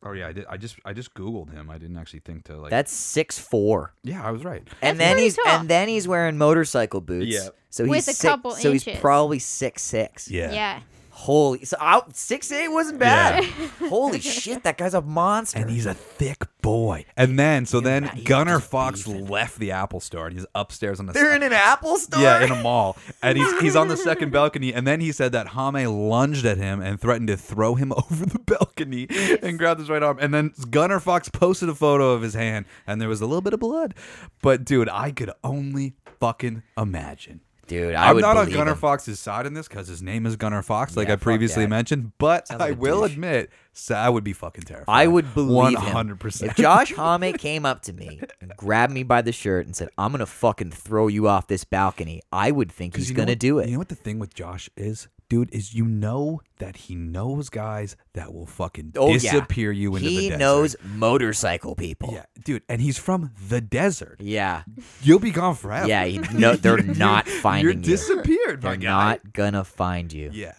Oh, yeah. I, did, I just I just Googled him. I didn't actually think to, like. That's six four. yeah, I was right. And That's then pretty he's tall. and then he's wearing motorcycle boots. Yeah. So With he's a six, couple so he's inches. probably six six. Yeah. Yeah. Holy so out six eight wasn't bad. [laughs] Holy shit, that guy's a monster. And he's a thick boy. And then, so then he's Gunner just Fox beefing. left the Apple store and he's upstairs on the They're in an Apple store. Yeah, in a mall, and he's he's on the second balcony, and then he said that Hame lunged at him and threatened to throw him [laughs] over the balcony and grabbed his right arm, and then Gunner Fox posted a photo of his hand, and there was a little bit of blood, but dude, I could only fucking imagine. [laughs] Dude, I I'm would not on believe Gunner him. Fox's side in this because his name is Gunner Fox, like Yeah, I fuck previously that. mentioned, but Sounds I like a will douche. admit, so I would be fucking terrified. I would believe one him. hundred percent. If [laughs] Josh Homme came up to me and grabbed me by the shirt and said, "I'm gonna fucking throw you off this balcony," I would think 'Cause he's you know gonna what- do it. You know what the thing with Josh is, dude, is you know that he knows guys that will fucking oh disappear yeah. you into he the desert. knows motorcycle people. Yeah, dude, and he's from the desert. Yeah, You'll be gone forever. [laughs] yeah. he- no, they're not You're finding you. disappeared, They're my guy. not gonna find you. Yeah,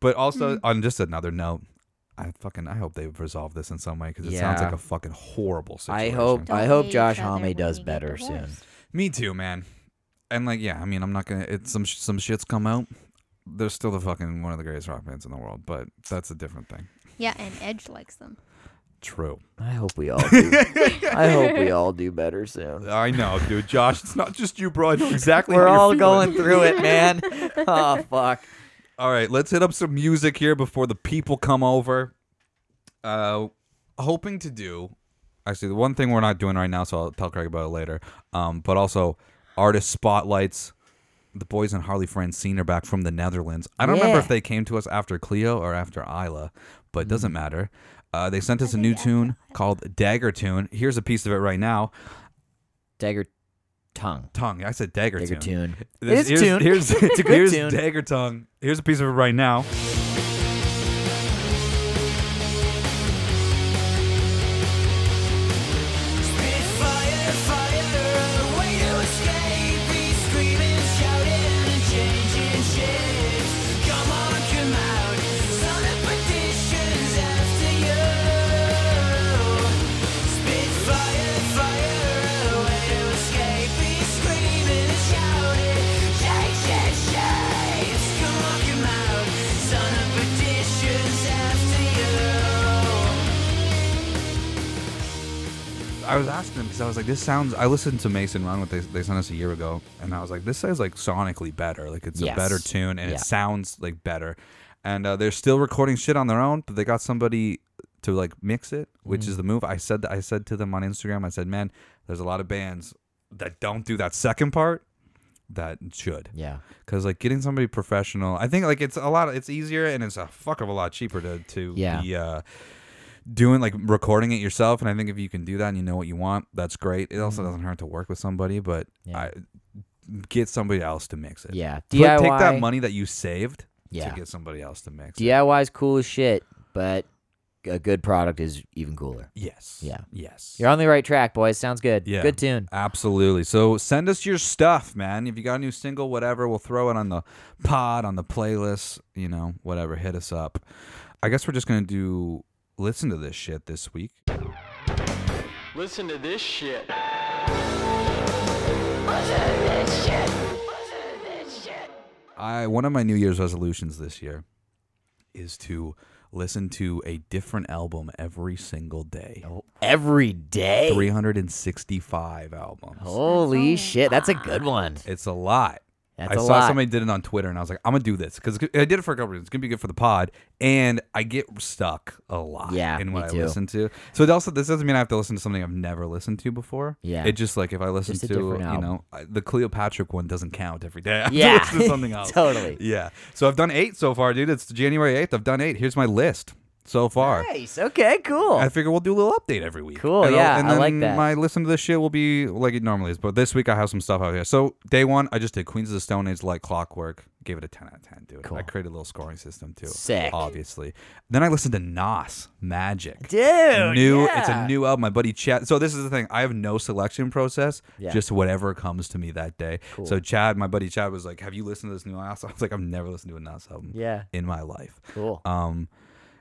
but also on just another note, I fucking I hope they resolve this in some way because it sounds Yeah. like a fucking horrible I situation. hope Don't I hope hate each Josh other Homme when does you get better soon. divorced. Me too, man. And like, yeah, I mean, I'm not gonna. It's some sh- some shits come out. They're still the fucking one of the greatest rock bands in the world, but that's a different thing. Yeah, and Edge likes them. True. I hope we all [laughs] do. I hope we all do better soon. I know, dude. Josh, it's not just you, bro. [laughs] I know exactly. We're how you're all feeling. going through it, [laughs] man. Oh fuck. All right, let's hit up some music here before the people come over. Uh, hoping to do. Actually, the one thing we're not doing right now, so I'll tell Craig about it later. Um, but also, artist spotlights. The boys and Harley Francine are back from the Netherlands. I don't remember Yeah. if they came to us after Cleo or after Isla, but it Mm. doesn't matter. Uh, they sent us a new tune called Dagger Tune. Here's a piece of it right now. Dagger tongue. Tongue. I said Dagger, Dagger Tune. tune. This- It is tune. [laughs] Here's, [laughs] here's, It's a good here's tune. Dagger Tongue. Here's a piece of it right now. I was asking him because I was like, this sounds. I listened to Mason Run, what they, they sent us a year ago, and I was like, this sounds like sonically better. Like it's Yes. a better tune and Yeah. it sounds like better. And uh, they're still recording shit on their own, but they got somebody to like mix it, which Mm. is the move. I said I said to them on Instagram, I said, man, there's a lot of bands that don't do that second part that should Yeah. because like getting somebody professional i think like it's a lot it's easier and it's a fuck of a lot cheaper to to Yeah. be uh doing like recording it yourself and i think if you can do that and you know what you want that's great it also doesn't hurt to work with somebody but Mm-hmm. Yeah. i get somebody else to mix it Yeah. Put- take that DIY. money that you saved Yeah. to get somebody else to mix it DIY is cool as shit, but a good product is even cooler. yes Yeah. yes You're on the right track, boys. Sounds good. Yeah. Good tune. Absolutely. So send us your stuff, man. If you got a new single, whatever, we'll throw it on the pod, on the playlist, you know, whatever. Hit us up. I guess we're just going to do listen to this shit this week. Listen to this shit. I one of my New Year's resolutions this year is to listen to a different album every single day. Every day. 365 albums. Holy That's a shit, that's a good one. It's a lot. That's I a saw lot. somebody did it on Twitter, and I was like, I'm gonna do this because I did it for a couple reasons. It's gonna be good for the pod, and I get stuck a lot. Yeah, in me what I too. listen to. So it also this doesn't mean I have to listen to something I've never listened to before. Yeah. it just like if I listen Just a to different you album. know I- the Cleopatra one doesn't count every day. [laughs] I have to Yeah. listen to [laughs] something else. Totally. Yeah. So I've done eight so far, dude. It's January eighth. I've done eight. Here's my list so far. Nice. Okay, cool. I figure we'll do a little update every week. Cool, And I'll- yeah, and I then like that. My listen to this shit will be like it normally is, but this week I have some stuff out here. So day one, I just did Queens of the Stone Age like clockwork. Gave it a ten out of ten, dude. I created a little scoring system too. Sick. Obviously. Then I listened to Nas Magic. Dude, A new. It's yeah. a new album. My buddy Chad. So this is the thing. I have no selection process. Yeah. Just whatever comes to me that day. So Chad, my buddy Chad, was like, "Have you listened to this new Nas?" [laughs] I was like, "I've never listened to a Nas album. Yeah. In my life. Cool. Um,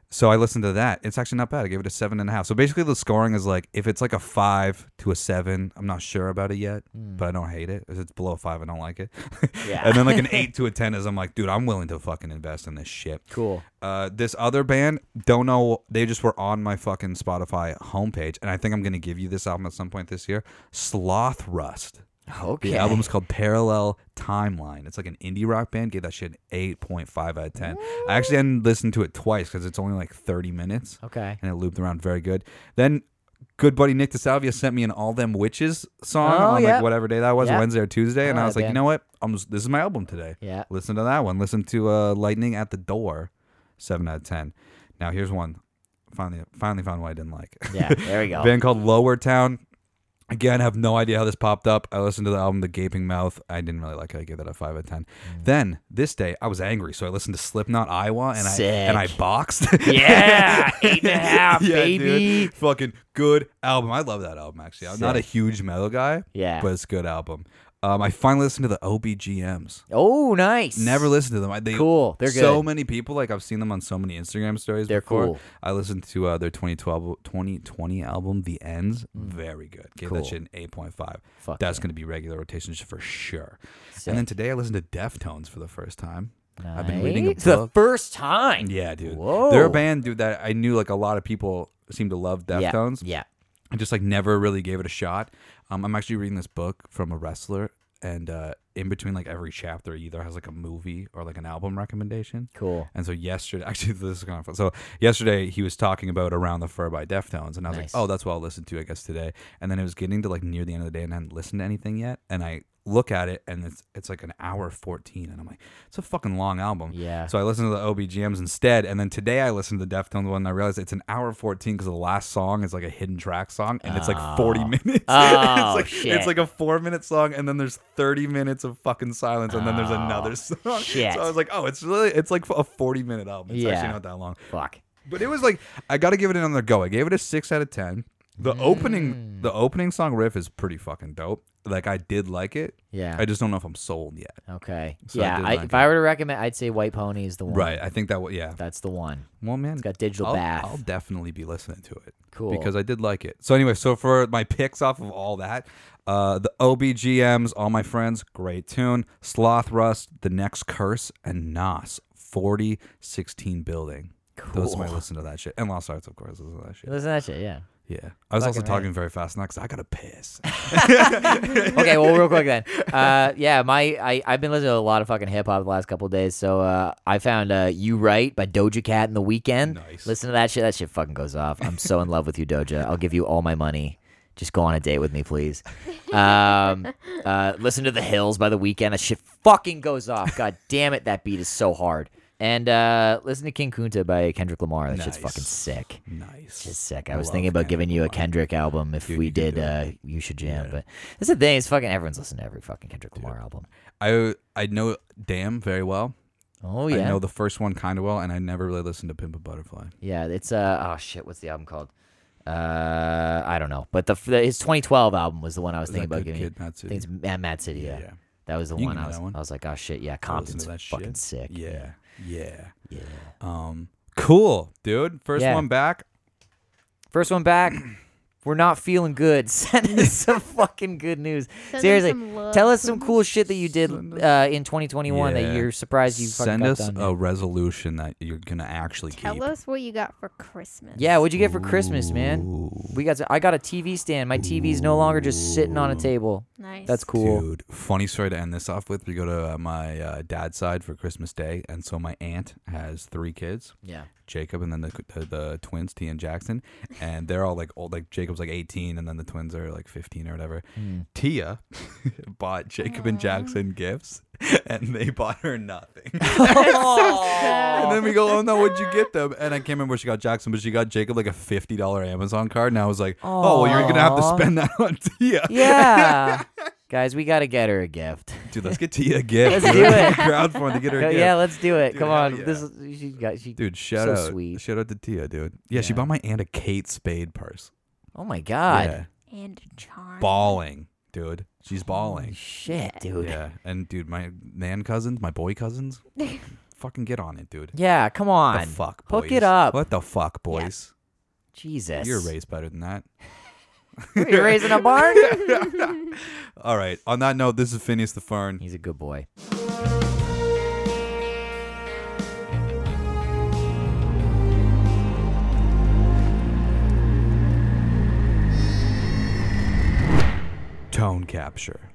so I listened to that. It's actually not bad. I gave it a seven and a half. So basically, the scoring is like if it's like a five to a seven, I'm not sure about it yet, but I don't hate it. If it's below a five, I don't like it. Hmm. [laughs] Yeah. and then like [laughs] an eight to a ten is I'm like, dude, I'm willing to fucking invest in this shit. Cool. Uh, this other band, don't know. They just were on my fucking Spotify homepage, and I think I'm gonna give you this album at some point this year. Sloth Rust. Okay. The album's called Parallel Timeline. It's like an indie rock band. Gave that shit an 8.5 out of 10. I actually hadn't listened to it twice because it's only like 30 minutes. Okay. And it looped around very good. Then good buddy Nick DeSalvia sent me an All Them Witches song Oh, on yeah. like whatever day that was, Yeah. Wednesday or Tuesday. And Oh, I was like, yeah. you know what? I'm just, this is my album today. Yeah. Listen to that one. Listen to uh, Lightning at the Door, 7 out of 10. Now here's one. Finally, finally found one I didn't like. [laughs] Yeah, there we go. band called Lower Town. Again, have no idea how this popped up. I listened to the album The Gaping Mouth. I didn't really like it. I gave that a five out of ten. Mm. Then this day, I was angry, so I listened to Slipknot Iowa and I and I Sick. boxed. [laughs] Yeah, eight and a [laughs] half, Yeah, dude. baby. Fucking good album. I love that album actually. I'm not a Sick. huge metal guy, Yeah. but it's a good album. Um, I finally listened to the OBGMs. Oh, nice. Never listened to them. I, they, Cool. They're So good. many people, like I've seen them on so many Instagram stories. They're before. cool. I listened to uh, their 2012, 2020 album, The Ends. Very good. Gave Mm. Cool. that shit an eight point five. Fuck That's yeah. going to be regular rotations for sure. And then today I listened to Deftones for the first time. I've been reading a Nice. the book. first time. yeah, dude. Whoa. They're a band, dude, that I knew like a lot of people seem to love Yeah, Deftones. Yeah. I just like never really gave it a shot. Um, I'm actually reading this book from a wrestler, and uh, in between like every chapter, he either has like a movie or like an album recommendation. Cool. And so yesterday, [laughs] actually, this is kind of fun. So yesterday, he was talking about "Around the Fur" by Deftones, and I was Nice. like, "Oh, that's what I'll listen to, I guess today." And then it was getting to like near the end of the day, and I hadn't listened to anything yet. And I look at it, and it's it's like an hour fourteen, and I'm like, "It's a fucking long album." Yeah. So I listened to the OBGMs instead, and then today I listened to the Deftones one, and I realized it's an hour fourteen because the last song is like a hidden track song, and it's like forty minutes. [laughs] Oh, it's like shit. it's like a four minute song, and then there's thirty minutes of fucking silence, and then there's another [laughs] song. Oh, shit. So I was like, oh, it's really it's like a forty minute album. It's Yeah. actually not that long, Fuck. but it was like I got to give it another go. I gave it a six out of ten. The Mm. opening the opening song riff is pretty fucking dope. Like I did like it. Yeah. I just don't know if I'm sold yet. Okay. So I yeah. did I, like if I were to recommend, I'd say White Pony is the one. Right. I think that w- yeah. That's the one. Well, man, it's got digital I'll, bath. I'll definitely be listening to it. Cool. Because I did like it. So anyway, so for my picks off of all that, uh, the OBGMs, all my friends, great tune. Sloth Rust, The Next Curse, and Nas, 4016 Building. Those are my Cool. listen to that shit. And Lost Arts, of course, listen to that shit. Listen to that shit. Yeah. Yeah. I was also Fucking right. talking very fast now because I got to [laughs] piss. okay, well, real quick then. Uh, yeah, my I I've been listening to a lot of fucking hip hop the last couple of days. So uh, I found uh, "You Right" by Doja Cat in the weekend. Nice. Listen to that shit. That shit fucking goes off. I'm so in love with you, Doja. I'll give you all my money. Just go on a date with me, please. Um, uh, listen to "The Hills" by the weekend. That shit fucking goes off. God damn it, that beat is so hard. And uh, listen to "King Kunta" by Kendrick Lamar. That shit's Nice. fucking sick. nice. Just sick. I was Love thinking about Kendrick giving you a Lamar. Kendrick album if Dude, we you could did. do Uh, you should jam, but that's the thing. It's fucking everyone's listening to every fucking Kendrick Lamar album. I, I know Damn very well. Oh yeah, I know the first one kind of well, and I never really listened to Pimp a Butterfly. yeah. It's uh oh shit, what's the album called? Uh, I don't know. But the, the his 2012 album was the one I was Is thinking that about Good giving. you. Kid, Mad I think it's Mad, Mad City. Yeah. Yeah, yeah. That was the You can one give me I was. that one. I was like, oh shit, yeah, I listen Compton's to that fucking shit. sick. Yeah, yeah, yeah. Um, cool, dude. First Yeah. one back. [clears throat] First one back. We're not feeling good. [laughs] [laughs] Send us some fucking good news. Send us Seriously, some love. tell us some cool shit that you did uh, in 2021 Yeah. that you're surprised you fucking Send got us done. a resolution that you're gonna actually Tell keep. us what you got for Christmas. Yeah, what'd you get for Christmas, man? We got. I got a TV stand. My TV's no longer just sitting on a table. Nice. That's cool. Dude, funny story to end this off with. We go to uh, my uh, dad's side for Christmas Day, and so my aunt has three kids. Yeah. Jacob and then the, the the twins T and Jackson, and they're all like old. Like Jacob's like 18, and then the twins are like 15 or whatever. Tia [laughs] bought Jacob and Jackson gifts, [laughs] and they bought her nothing. [laughs] and then we go, oh no, what'd you get them? And I can't remember what she got Jackson, but she got Jacob like a fifty dollar Amazon card, and I was like, oh, well, you're gonna have Aw. to spend that [laughs] on Tia. Yeah. Guys, we gotta get her a gift. Dude, let's get Tia a gift. Let's [laughs] dude. do it. Crowdfund to [laughs] get her a Go- gift. yeah, let's do it. Dude, Come hell on. yeah. This is, she got she Dude, shout so out, sweet. shout out to Tia, dude. Yeah, she Yeah. bought my aunt a Kate Spade purse. Oh my god. Yeah. And charm. bawling, dude. She's bawling. Shit, dude. Yeah. Yeah, and dude, my man cousins, my [laughs] boy cousins, fucking get on it, dude. come on. The fuck, boys. Hook it up. What the fuck, boys? Jesus. You're raised better than that. You're raising a [laughs] barn? All right. On that note, this is Phineas the Fern. He's a good boy. Tone capture.